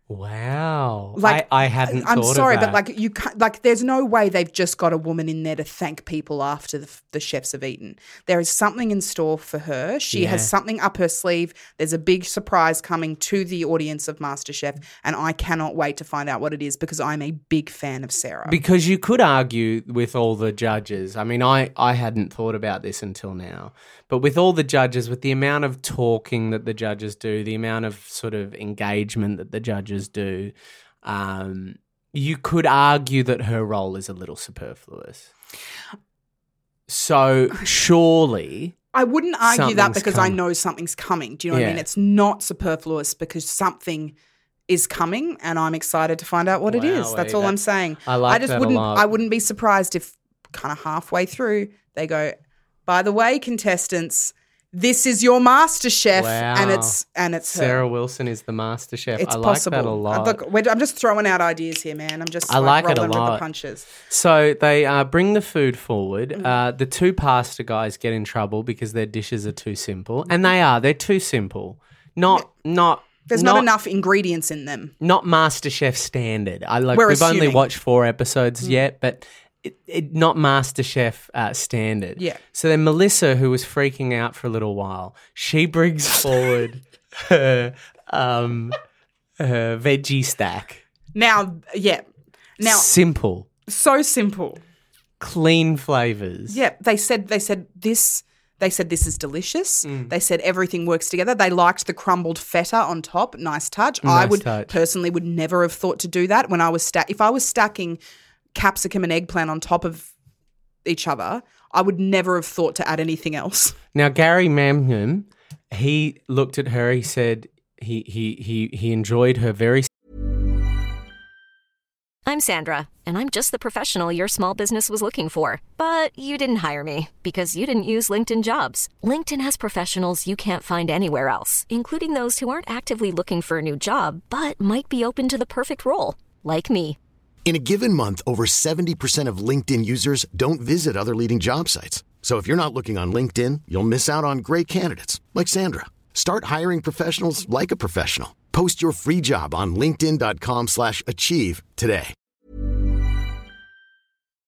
[SPEAKER 3] Wow.
[SPEAKER 2] Like,
[SPEAKER 3] I, I hadn't.
[SPEAKER 2] I'm
[SPEAKER 3] thought of
[SPEAKER 2] sorry, but
[SPEAKER 3] that.
[SPEAKER 2] like you can't, like there's no way they've just got a woman in there to thank people after the, the chefs have eaten. There is something in store for her. She
[SPEAKER 3] Yeah.
[SPEAKER 2] has something up her sleeve. There's a big surprise coming to the audience of MasterChef, and I cannot wait to find out what it is because I'm a big fan of Sarah.
[SPEAKER 3] Because you could argue with all the judges. I mean, I, I hadn't thought about this until now. But with all the judges, with the amount of talking that the judges do, the amount of sort of engagement that the judges do, um, you could argue that her role is a little superfluous. So surely,
[SPEAKER 2] I wouldn't argue that
[SPEAKER 3] Something's
[SPEAKER 2] because I
[SPEAKER 3] come.
[SPEAKER 2] know something's coming. Do you know what
[SPEAKER 3] Yeah.
[SPEAKER 2] I mean? It's not superfluous because something is coming, and I'm excited to find out what it is.
[SPEAKER 3] Wowee,
[SPEAKER 2] That's all
[SPEAKER 3] eh, that-
[SPEAKER 2] I'm saying.
[SPEAKER 3] I like
[SPEAKER 2] I just
[SPEAKER 3] that a
[SPEAKER 2] wouldn't.
[SPEAKER 3] lot.
[SPEAKER 2] I wouldn't be surprised if kind of halfway through they go. By the way, contestants, this is your Master Chef, and
[SPEAKER 3] Wow.
[SPEAKER 2] it's and it's her.
[SPEAKER 3] Sarah Wilson is the master chef.
[SPEAKER 2] It's
[SPEAKER 3] I like
[SPEAKER 2] possible. Uh,
[SPEAKER 3] that a lot.
[SPEAKER 2] Look, we're, I'm just throwing out ideas here, man. I'm just
[SPEAKER 3] I
[SPEAKER 2] like,
[SPEAKER 3] like it a
[SPEAKER 2] rolling with the
[SPEAKER 3] lot.
[SPEAKER 2] punches.
[SPEAKER 3] So they uh, bring the food forward.
[SPEAKER 2] Mm.
[SPEAKER 3] Uh, the two pasta guys get in trouble because their dishes are too simple, and they are. They're too simple. Not not.
[SPEAKER 2] There's not, enough ingredients in them.
[SPEAKER 3] Not MasterChef standard. I like.
[SPEAKER 2] We're
[SPEAKER 3] we've
[SPEAKER 2] assuming. Mm.
[SPEAKER 3] only watched four episodes yet, but. It, it, not MasterChef uh, standard.
[SPEAKER 2] Yeah.
[SPEAKER 3] So then Melissa, who was freaking out for a little while, she brings forward her um, her veggie stack.
[SPEAKER 2] Now, yeah. Now,
[SPEAKER 3] simple,
[SPEAKER 2] so simple.
[SPEAKER 3] clean flavors.
[SPEAKER 2] Yeah, they said they said this. They said this is delicious.
[SPEAKER 3] Mm.
[SPEAKER 2] They said everything works together. They liked the crumbled feta on top. Nice touch. I
[SPEAKER 3] Nice
[SPEAKER 2] would
[SPEAKER 3] touch.
[SPEAKER 2] personally would never have thought to do that when I was stack. If I was stacking capsicum and eggplant on top of each other, I would never have thought to add anything else.
[SPEAKER 3] Now Gary Mamnum, he looked at her. He said he he he he enjoyed her very
[SPEAKER 1] I'm Sandra, and I'm just the professional your small business was looking for. But you didn't hire me because you didn't use LinkedIn jobs. LinkedIn has professionals you can't find anywhere else, including those who aren't actively looking for a new job but might be open to the perfect role, like me.
[SPEAKER 4] In a given month, over 70% of LinkedIn users don't visit other leading job sites. So if you're not looking on LinkedIn, you'll miss out on great candidates like Sandra. Start hiring professionals like a professional. Post your free job on linkedin.com/achieve slash achieve today.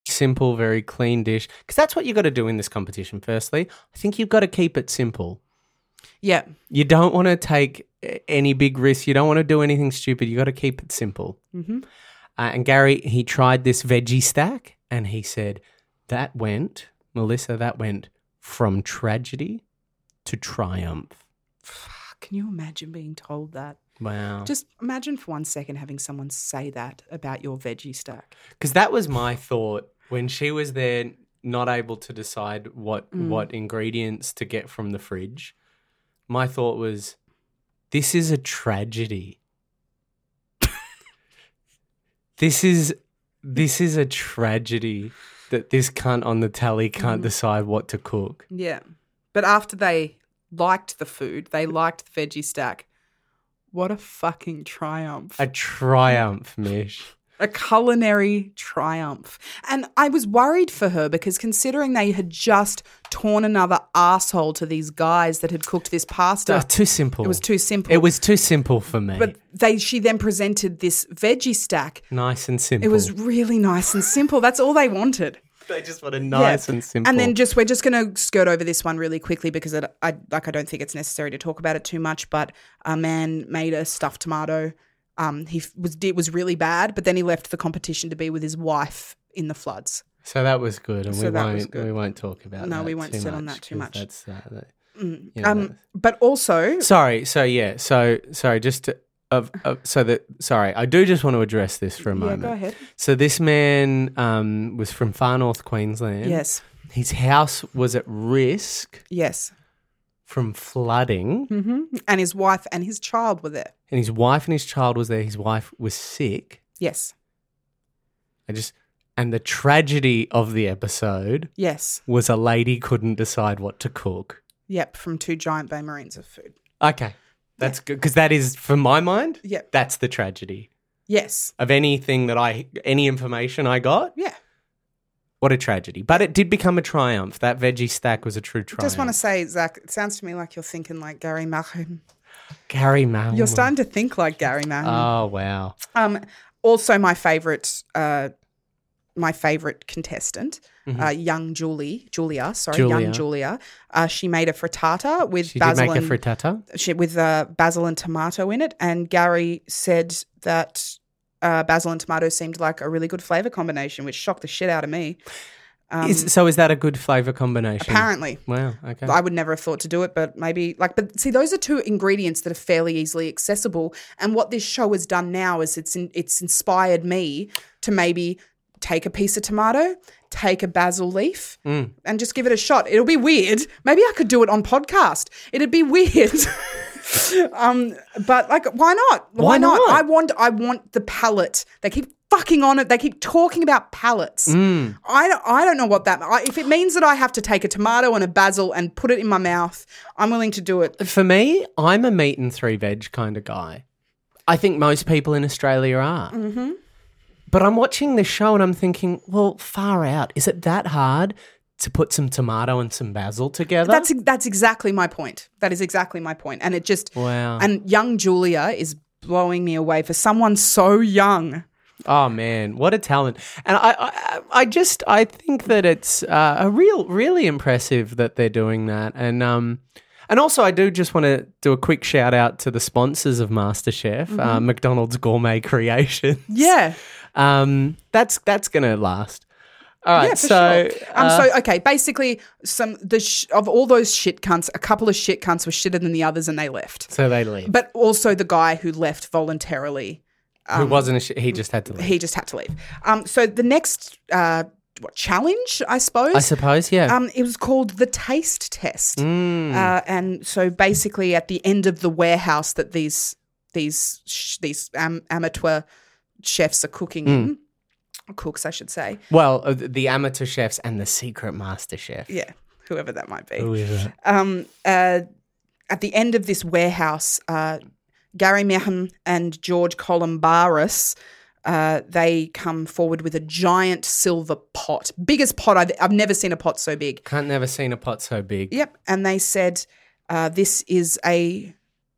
[SPEAKER 3] simple, very clean dish. Because that's what you got to do in this competition. Firstly, I think you've got to keep it simple.
[SPEAKER 2] Yeah.
[SPEAKER 3] You don't want to take eh, any big risks. You don't want to do anything stupid. You got to keep it simple.
[SPEAKER 2] hmm
[SPEAKER 3] Uh, and Gary, he tried this veggie stack, and he said that went Melissa. That went from tragedy to triumph.
[SPEAKER 2] Can you imagine being told that?
[SPEAKER 3] Wow.
[SPEAKER 2] Just imagine for one second having someone say that about your veggie stack.
[SPEAKER 3] Because that was my thought when she was there, not able to decide what
[SPEAKER 2] Mm.
[SPEAKER 3] what ingredients to get from the fridge. My thought was, this is a tragedy. this is this is a tragedy that this cunt on the tally can't
[SPEAKER 2] Mm.
[SPEAKER 3] decide what to cook.
[SPEAKER 2] Yeah. But after they liked the food, they liked the veggie stack. What a fucking triumph.
[SPEAKER 3] A triumph, Mish.
[SPEAKER 2] a culinary triumph. And I was worried for her because considering they had just torn another asshole to these guys that had cooked this
[SPEAKER 3] Uh,
[SPEAKER 2] pasta.
[SPEAKER 3] too simple.
[SPEAKER 2] It was too simple.
[SPEAKER 3] It was too simple for me.
[SPEAKER 2] But they she then presented this veggie stack.
[SPEAKER 3] nice and simple.
[SPEAKER 2] It was really nice and simple. That's all they wanted.
[SPEAKER 3] they just wanted
[SPEAKER 2] Yeah.
[SPEAKER 3] nice and simple.
[SPEAKER 2] And then just we're just going to skirt over this one really quickly because it, I like I don't think it's necessary to talk about it too much. But a man made a stuffed tomato. Um, he f- was it was really bad, but then he left the competition to be with his wife in the floods.
[SPEAKER 3] So that was good, and
[SPEAKER 2] So
[SPEAKER 3] we
[SPEAKER 2] that was
[SPEAKER 3] won't
[SPEAKER 2] good.
[SPEAKER 3] we won't talk about
[SPEAKER 2] No,
[SPEAKER 3] that
[SPEAKER 2] we won't
[SPEAKER 3] too
[SPEAKER 2] sit on
[SPEAKER 3] much
[SPEAKER 2] that too
[SPEAKER 3] 'cause
[SPEAKER 2] much.
[SPEAKER 3] That's uh, that,
[SPEAKER 2] Mm.
[SPEAKER 3] you know,
[SPEAKER 2] um,
[SPEAKER 3] that's-
[SPEAKER 2] but also,
[SPEAKER 3] sorry. So yeah. So sorry. Just to, of, of so that sorry. I do just want to address this for a
[SPEAKER 2] yeah,
[SPEAKER 3] moment.
[SPEAKER 2] go ahead.
[SPEAKER 3] So this man um, was from far north Queensland.
[SPEAKER 2] Yes,
[SPEAKER 3] His house was at risk
[SPEAKER 2] yes,
[SPEAKER 3] from flooding,
[SPEAKER 2] hmm and his wife and his child were there.
[SPEAKER 3] and his wife and his child was there. His wife was sick.
[SPEAKER 2] Yes,
[SPEAKER 3] I just and the tragedy of the episode
[SPEAKER 2] yes,
[SPEAKER 3] was a lady couldn't decide what to cook.
[SPEAKER 2] yep, from two giant bay marines of food.
[SPEAKER 3] Okay. That's good because that is, for my mind,
[SPEAKER 2] Yeah.
[SPEAKER 3] that's the tragedy
[SPEAKER 2] Yes,
[SPEAKER 3] of anything that I, any information I got.
[SPEAKER 2] yeah.
[SPEAKER 3] What a tragedy. But it did become a triumph. That veggie stack was a true triumph.
[SPEAKER 2] Just want to say, Zach, it sounds to me like you're thinking like Gary Mahon.
[SPEAKER 3] Gary Mal.
[SPEAKER 2] You're starting to think like Gary Mahon.
[SPEAKER 3] Oh, wow.
[SPEAKER 2] Um, also, my favorite, uh, my favorite contestant, uh, young Julie, Julia, sorry,
[SPEAKER 3] Mm-hmm. Julia.
[SPEAKER 2] young Julia. Uh, she made a frittata with
[SPEAKER 3] She did
[SPEAKER 2] basil
[SPEAKER 3] make a
[SPEAKER 2] and
[SPEAKER 3] frittata.
[SPEAKER 2] she, with uh, basil and tomato in it, and Gary said that uh, basil and tomato seemed like a really good flavor combination, which shocked the shit out of me. Um,
[SPEAKER 3] is, so is that a good flavour combination?
[SPEAKER 2] apparently.
[SPEAKER 3] Wow. Okay.
[SPEAKER 2] I would never have thought to do it, but maybe like, but see, those are two ingredients that are fairly easily accessible. And what this show has done now is it's in, it's inspired me to maybe take a piece of tomato, take a basil leaf, and just give it a shot. It'll be weird. Maybe I could do it on podcast. It'd be weird. um, but like, why not? Why, not?
[SPEAKER 3] not?
[SPEAKER 2] I want, I want the palette. They keep fucking on it. They keep talking about palettes. I, don't- I don't know what that. I, if it means that I have to take a tomato and a basil and put it in my mouth, I'm willing to do it.
[SPEAKER 3] For me, I'm a meat and three veg kind of guy. I think most people in Australia are. Mm-hmm. But I'm watching this show and I'm thinking, well, far out. Is it that hard to put some tomato and some basil together?
[SPEAKER 2] That's that's exactly my point. That is exactly my point. And it just
[SPEAKER 3] wow.
[SPEAKER 2] and young Julia is blowing me away for someone so young.
[SPEAKER 3] Oh man, what a talent! And I, I, I just I think that it's uh, a real, really impressive that they're doing that. And um, and also I do just want to do a quick shout out to the sponsors of MasterChef, uh, McDonald's Gourmet Creation.
[SPEAKER 2] Yeah.
[SPEAKER 3] Um, that's that's gonna last. All right,
[SPEAKER 2] Yeah, for
[SPEAKER 3] so uh,
[SPEAKER 2] sure. Um, so okay, basically, some the sh- of all those shit cunts, a couple of shit cunts were shitter than the others, and they left.
[SPEAKER 3] so they leave.
[SPEAKER 2] But also the guy who left voluntarily,
[SPEAKER 3] Who wasn't? A sh- he just had to leave.
[SPEAKER 2] um, he just had to leave. Um, so the next uh, what challenge, I suppose.
[SPEAKER 3] I suppose, yeah. Hmm.
[SPEAKER 2] um, it was called the taste test,
[SPEAKER 3] Mm.
[SPEAKER 2] uh, and so basically at the end of the warehouse that these these sh- these um, amateur chefs are cooking in, cooks I should say,
[SPEAKER 3] well, uh, th- the amateur chefs and the secret master chef.
[SPEAKER 2] yeah, whoever that might be.
[SPEAKER 3] Who is it?
[SPEAKER 2] um, uh, at the end of this warehouse, uh, Gary Mehan and George Columbaris, uh, they come forward with a giant silver pot, biggest pot I've, I've never seen a pot so big.
[SPEAKER 3] Can't never seen a pot so big.
[SPEAKER 2] Yep, and they said uh, this is a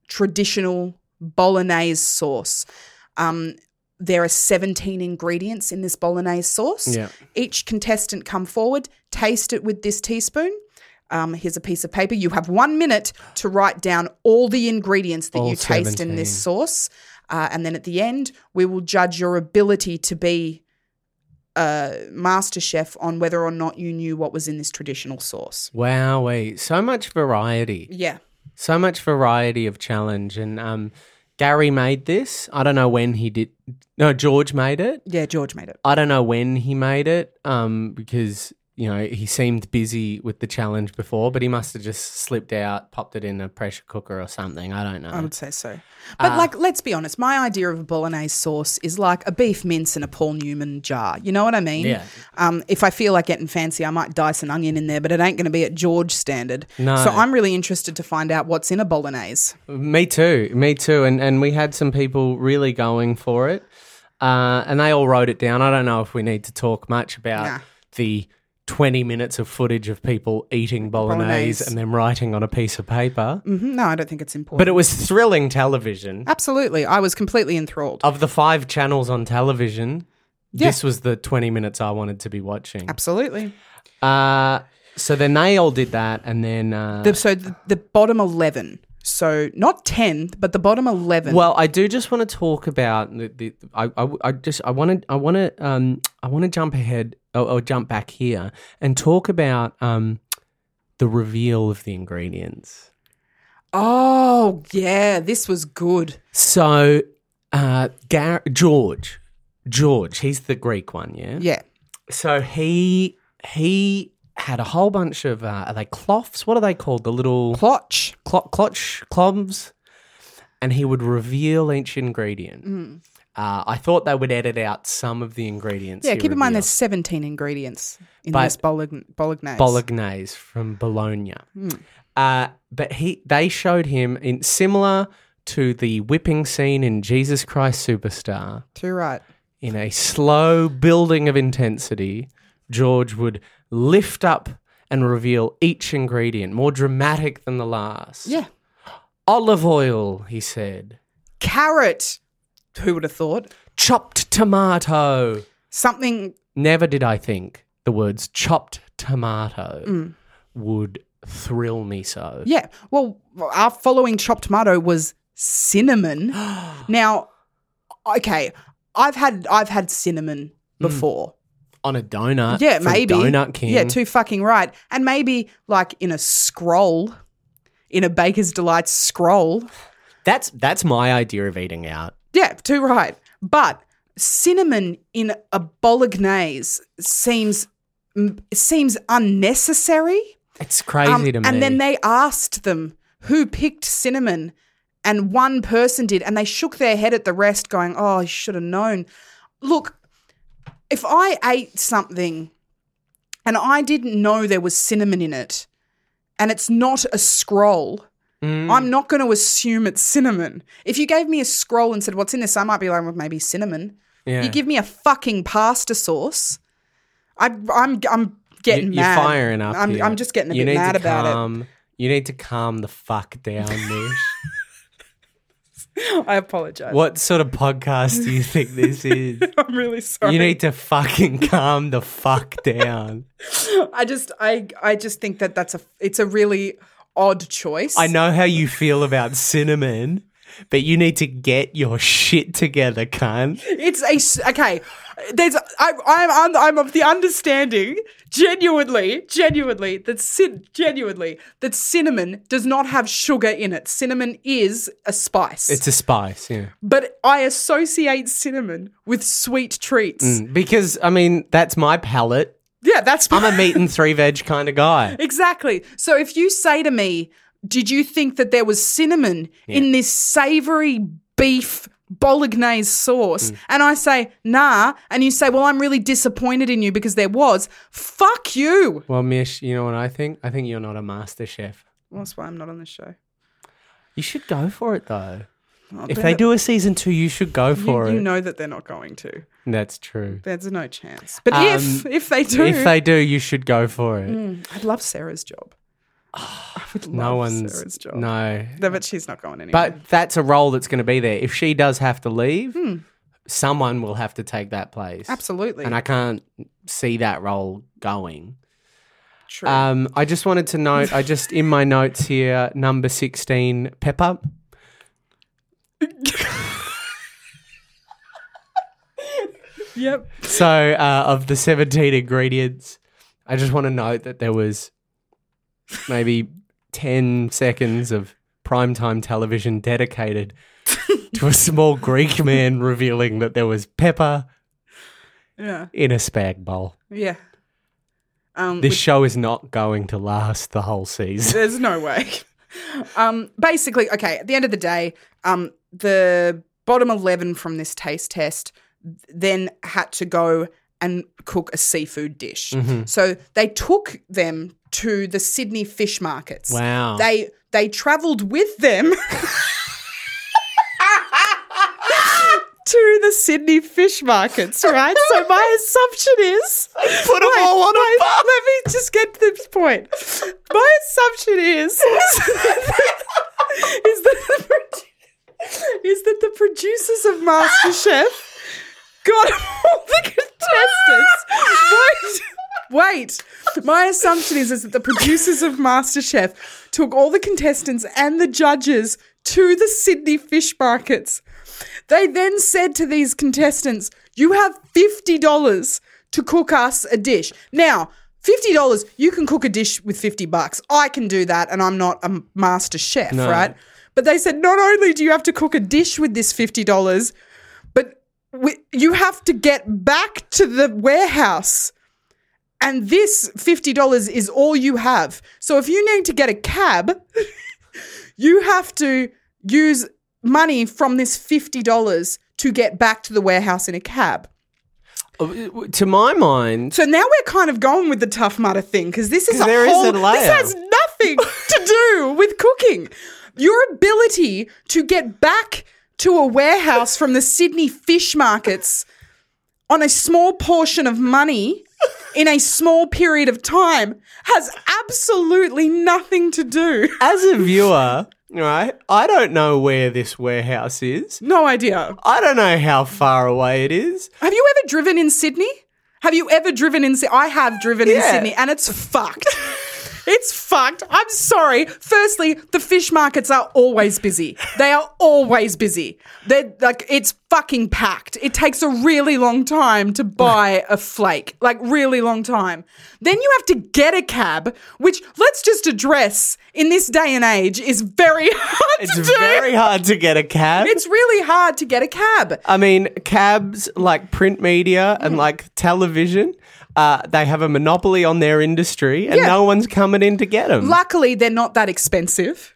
[SPEAKER 2] traditional bolognese sauce. Um, there are 17 ingredients in this bolognese sauce.
[SPEAKER 3] Yeah.
[SPEAKER 2] Each contestant come forward, taste it with this teaspoon. Um, here's a piece of paper. You have one minute to write down all the ingredients that
[SPEAKER 3] All
[SPEAKER 2] you taste in
[SPEAKER 3] 17.
[SPEAKER 2] this sauce. Uh, and then at the end, we will judge your ability to be a master chef on whether or not you knew what was in this traditional sauce.
[SPEAKER 3] Wowee, so much variety.
[SPEAKER 2] Yeah.
[SPEAKER 3] so much variety of challenge and um gary made this i don't know when he did no george made it
[SPEAKER 2] Yeah, George made it.
[SPEAKER 3] i don't know when he made it um because you know he seemed busy with the challenge before but he must have just slipped out popped it in a pressure cooker or something i don't know
[SPEAKER 2] I would say so. But
[SPEAKER 3] Uh,
[SPEAKER 2] like, let's be honest. My idea of a bolognese sauce is like a beef mince in a Paul Newman jar. You know what I mean?
[SPEAKER 3] Yeah.
[SPEAKER 2] Um, if I feel like getting fancy, I might dice an onion in there, but it ain't going to be at George standard.
[SPEAKER 3] No.
[SPEAKER 2] So I'm really interested to find out what's in a bolognese.
[SPEAKER 3] me too me too and and we had some people really going for it uh and they all wrote it down i don't know if we need to talk much about
[SPEAKER 2] Nah.
[SPEAKER 3] the 20 minutes of footage of people eating bolognese
[SPEAKER 2] Bolognese.
[SPEAKER 3] and then writing on a piece of paper
[SPEAKER 2] hmm No, I don't think it's important.
[SPEAKER 3] But it was thrilling television.
[SPEAKER 2] Absolutely, I was completely enthralled.
[SPEAKER 3] Of the five channels on television,
[SPEAKER 2] Yeah.
[SPEAKER 3] this was the 20 minutes I wanted to be watching.
[SPEAKER 2] Absolutely.
[SPEAKER 3] Uh, so then they all did that, and then. Uh,
[SPEAKER 2] The, so the, the bottom eleven. So not ten, but the bottom eleven.
[SPEAKER 3] well, I do just want to talk about the. the I, I, I just I want to I want to um I want to jump ahead or, or jump back here and talk about um the reveal of the ingredients.
[SPEAKER 2] oh yeah, this was good.
[SPEAKER 3] So, uh, Gar- George, George, he's the Greek one, yeah.
[SPEAKER 2] Yeah.
[SPEAKER 3] so he he had a whole bunch of uh, are they cloths? What are they called? The little
[SPEAKER 2] Plotch.
[SPEAKER 3] clo- clotch cloms, and he would reveal each ingredient.
[SPEAKER 2] Mm.
[SPEAKER 3] Uh, I thought they would edit out some of the ingredients.
[SPEAKER 2] Yeah,
[SPEAKER 3] he
[SPEAKER 2] keep in mind
[SPEAKER 3] revealed.
[SPEAKER 2] there's 17 ingredients in
[SPEAKER 3] But-
[SPEAKER 2] this bolog- bolognese.
[SPEAKER 3] bolognese from Bologna.
[SPEAKER 2] Mm.
[SPEAKER 3] Uh, but he they showed him in similar to the whipping scene in Jesus Christ Superstar.
[SPEAKER 2] Too right.
[SPEAKER 3] in a slow building of intensity, George would lift up and reveal each ingredient, more dramatic than the last.
[SPEAKER 2] Yeah.
[SPEAKER 3] Olive oil, he said.
[SPEAKER 2] Carrot. Who would have thought?
[SPEAKER 3] Chopped tomato.
[SPEAKER 2] Something.
[SPEAKER 3] Never did I think the words chopped tomato
[SPEAKER 2] Mm.
[SPEAKER 3] would thrill me so.
[SPEAKER 2] Yeah. Well, our following chopped tomato was cinnamon. now, okay, I've had I've had cinnamon before.
[SPEAKER 3] On a donut.
[SPEAKER 2] Yeah,
[SPEAKER 3] Mm. Uh, from
[SPEAKER 2] maybe.
[SPEAKER 3] Donut King.
[SPEAKER 2] Yeah, too fucking right. And maybe like in a scroll, in a Baker's Delight scroll.
[SPEAKER 3] That's that's my idea of eating out.
[SPEAKER 2] Yeah, too right. But cinnamon in a bolognese seems mm, seems unnecessary.
[SPEAKER 3] It's crazy
[SPEAKER 2] Um,
[SPEAKER 3] to me.
[SPEAKER 2] and then they asked them who picked cinnamon, and one person did, and they shook their head at the rest, going, "Oh, you should have known." Look, if I ate something and I didn't know there was cinnamon in it, and it's not a scroll.
[SPEAKER 3] Mm.
[SPEAKER 2] I'm not going to assume it's cinnamon. If you gave me a scroll and said, What's in this? I might be like, Well, maybe cinnamon.
[SPEAKER 3] Yeah.
[SPEAKER 2] You give me a fucking pasta sauce. I, I'm I'm
[SPEAKER 3] You-
[SPEAKER 2] getting
[SPEAKER 3] you're
[SPEAKER 2] mad.
[SPEAKER 3] firing up.
[SPEAKER 2] I'm
[SPEAKER 3] here.
[SPEAKER 2] I'm just getting a
[SPEAKER 3] You
[SPEAKER 2] bit
[SPEAKER 3] need
[SPEAKER 2] mad
[SPEAKER 3] to
[SPEAKER 2] about
[SPEAKER 3] calm, it. You need to calm the fuck down, Mish.
[SPEAKER 2] it. I apologize.
[SPEAKER 3] what sort of podcast do you think this is?
[SPEAKER 2] I'm really sorry.
[SPEAKER 3] You need to fucking calm the fuck down.
[SPEAKER 2] I just I I just think that that's a it's a really odd choice.
[SPEAKER 3] I know how you feel about cinnamon, but you need to get your shit together, cunt.
[SPEAKER 2] It's a s- okay. There's I'm I'm I'm, I'm of the understanding genuinely, genuinely that cin- genuinely that cinnamon does not have sugar in it. Cinnamon is a spice,
[SPEAKER 3] It's a spice, yeah.
[SPEAKER 2] but I associate cinnamon with sweet treats.
[SPEAKER 3] Mm. Because I mean, that's my palate.
[SPEAKER 2] Yeah, that's
[SPEAKER 3] I'm a meat and three veg kind of guy.
[SPEAKER 2] exactly. So if you say to me, "Did you think that there was cinnamon in this savory beef?" Bolognese sauce,
[SPEAKER 3] Mm.
[SPEAKER 2] and I say, nah, and you say, Well, I'm really disappointed in you because there was. Fuck you.
[SPEAKER 3] Well, Mish, you know what I think? I think you're not a master chef.
[SPEAKER 2] Well, that's why I'm not on this show.
[SPEAKER 3] You should go for it though.
[SPEAKER 2] Oh,
[SPEAKER 3] If
[SPEAKER 2] but
[SPEAKER 3] they do a season two, you should go
[SPEAKER 2] you,
[SPEAKER 3] for
[SPEAKER 2] you
[SPEAKER 3] it.
[SPEAKER 2] know that they're not going to.
[SPEAKER 3] That's true.
[SPEAKER 2] There's no chance. But if
[SPEAKER 3] Um,
[SPEAKER 2] if they do, hmm,
[SPEAKER 3] If they do, you should go for it.
[SPEAKER 2] I'd love Sarah's job. I would Mm, love
[SPEAKER 3] Ah, no
[SPEAKER 2] Sarah's
[SPEAKER 3] one's
[SPEAKER 2] job.
[SPEAKER 3] no.
[SPEAKER 2] No, but she's not going anywhere.
[SPEAKER 3] But that's a role that's going to be there. If she does have to leave, someone will have to take that place.
[SPEAKER 2] Hmm. absolutely,
[SPEAKER 3] And I can't see that role going.
[SPEAKER 2] true.
[SPEAKER 3] Um, I just wanted to note. I just in my notes here, number sixteen, Pepper.
[SPEAKER 2] yep.
[SPEAKER 3] So, uh, of the 17 ingredients, I just want to note that there was maybe 10 seconds of primetime television dedicated to a small Greek man revealing that there was pepper
[SPEAKER 2] Yeah.
[SPEAKER 3] in a spag bowl.
[SPEAKER 2] Yeah. Um,
[SPEAKER 3] This show is not going to last the whole season.
[SPEAKER 2] There's no way. Um, basically, okay, at the end of the day, um, the bottom 11 from this taste test then had to go and cook a seafood dish.
[SPEAKER 3] Mm-hmm.
[SPEAKER 2] So they took them to the Sydney fish markets.
[SPEAKER 3] Wow.
[SPEAKER 2] They they traveled with them to the Sydney fish markets, right? so my assumption is put them all on a Let me just get to this point. My assumption is is that the, produ- is that the producers of MasterChef got all the contestants. Wait. Wait. My assumption is, is that the producers of MasterChef took all the contestants and the judges to the Sydney fish markets. They then said to these contestants, You have $50 to cook us a dish. Now, $50, you can cook a dish with 50 bucks. I can do that, and I'm not a master chef, right? But they said, Not only do you have to cook a dish with this $50, but we, you have to get back to the warehouse. And this $50 is all you have. So if you need to get a cab, you have to use money from this $50 to get back to the warehouse in a cab.
[SPEAKER 3] Uh, to my mind,
[SPEAKER 2] So now we're kind of going with the tough mutter thing because this is a
[SPEAKER 3] 'Cause there is
[SPEAKER 2] whole.
[SPEAKER 3] a layer.
[SPEAKER 2] This has nothing to do with cooking. Your ability to get back to a warehouse from the Sydney fish markets on a small portion of money in a small period of time has absolutely nothing to do.
[SPEAKER 3] as a viewer, right, I don't know where this warehouse is.
[SPEAKER 2] No idea.
[SPEAKER 3] I don't know how far away it is.
[SPEAKER 2] Have you ever driven in Sydney? Have you ever driven in Sydney? I have driven in
[SPEAKER 3] Yeah.
[SPEAKER 2] Sydney and it's fucked. it's fucked. I'm sorry. Firstly, the fish markets are always busy. They are always busy. They're like, it's fucking packed. It takes a really long time to buy a flake, like, really long time. Then you have to get a cab, which let's just address in this day and age is very hard
[SPEAKER 3] It's
[SPEAKER 2] to do.
[SPEAKER 3] very hard to get a cab.
[SPEAKER 2] it's really hard to get a cab.
[SPEAKER 3] I mean, cabs like print media
[SPEAKER 2] Mm-hmm.
[SPEAKER 3] and like television, uh, they have a monopoly on their industry, and
[SPEAKER 2] Yeah.
[SPEAKER 3] no one's coming in to get them.
[SPEAKER 2] Luckily, they're not that expensive.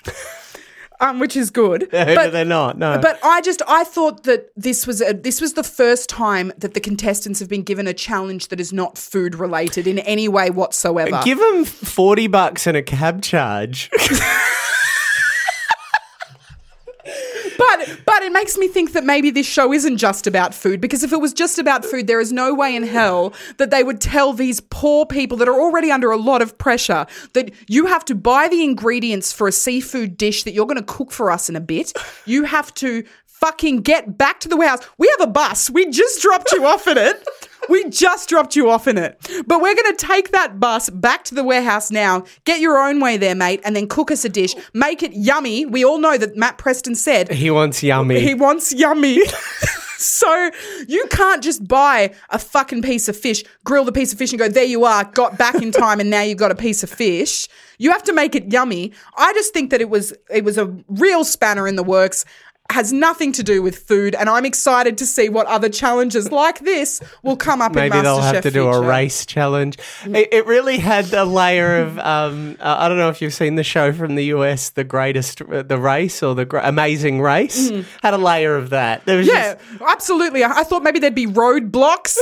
[SPEAKER 2] um, which is good.
[SPEAKER 3] but they're not. No.
[SPEAKER 2] But I just I thought that this was a, this was the first time that the contestants have been given a challenge that is not food related in any way whatsoever.
[SPEAKER 3] Give them 40 bucks and a cab charge.
[SPEAKER 2] but but it makes me think that maybe this show isn't just about food because if it was just about food, there is no way in hell that they would tell these poor people that are already under a lot of pressure that you have to buy the ingredients for a seafood dish that you're going to cook for us in a bit. You have to fucking get back to the warehouse. We have a bus. We just dropped you off in it. We just dropped you off in it. But we're going to take that bus back to the warehouse now. Get your own way there, mate, and then cook us a dish. Make it yummy. We all know that Matt Preston said
[SPEAKER 3] he wants yummy.
[SPEAKER 2] he wants yummy. so you can't just buy a fucking piece of fish, grill the piece of fish, and go, there you are, got back in time, and now you've got a piece of fish. You have to make it yummy. I just think that it was it was a real spanner in the works. Has nothing to do with food, and I'm excited to see what other challenges like this will come up.
[SPEAKER 3] Maybe
[SPEAKER 2] in
[SPEAKER 3] they'll have
[SPEAKER 2] MasterChef Mm-hmm.
[SPEAKER 3] to do a
[SPEAKER 2] future.
[SPEAKER 3] race challenge. It, it really had a layer of. Um, uh, I don't know if you've seen the show from the US, The Greatest, uh, The Race or The Gr- Amazing Race. Had a layer of that. There was
[SPEAKER 2] Mm-hmm. Yeah,
[SPEAKER 3] just-
[SPEAKER 2] absolutely. I I thought maybe there'd be roadblocks.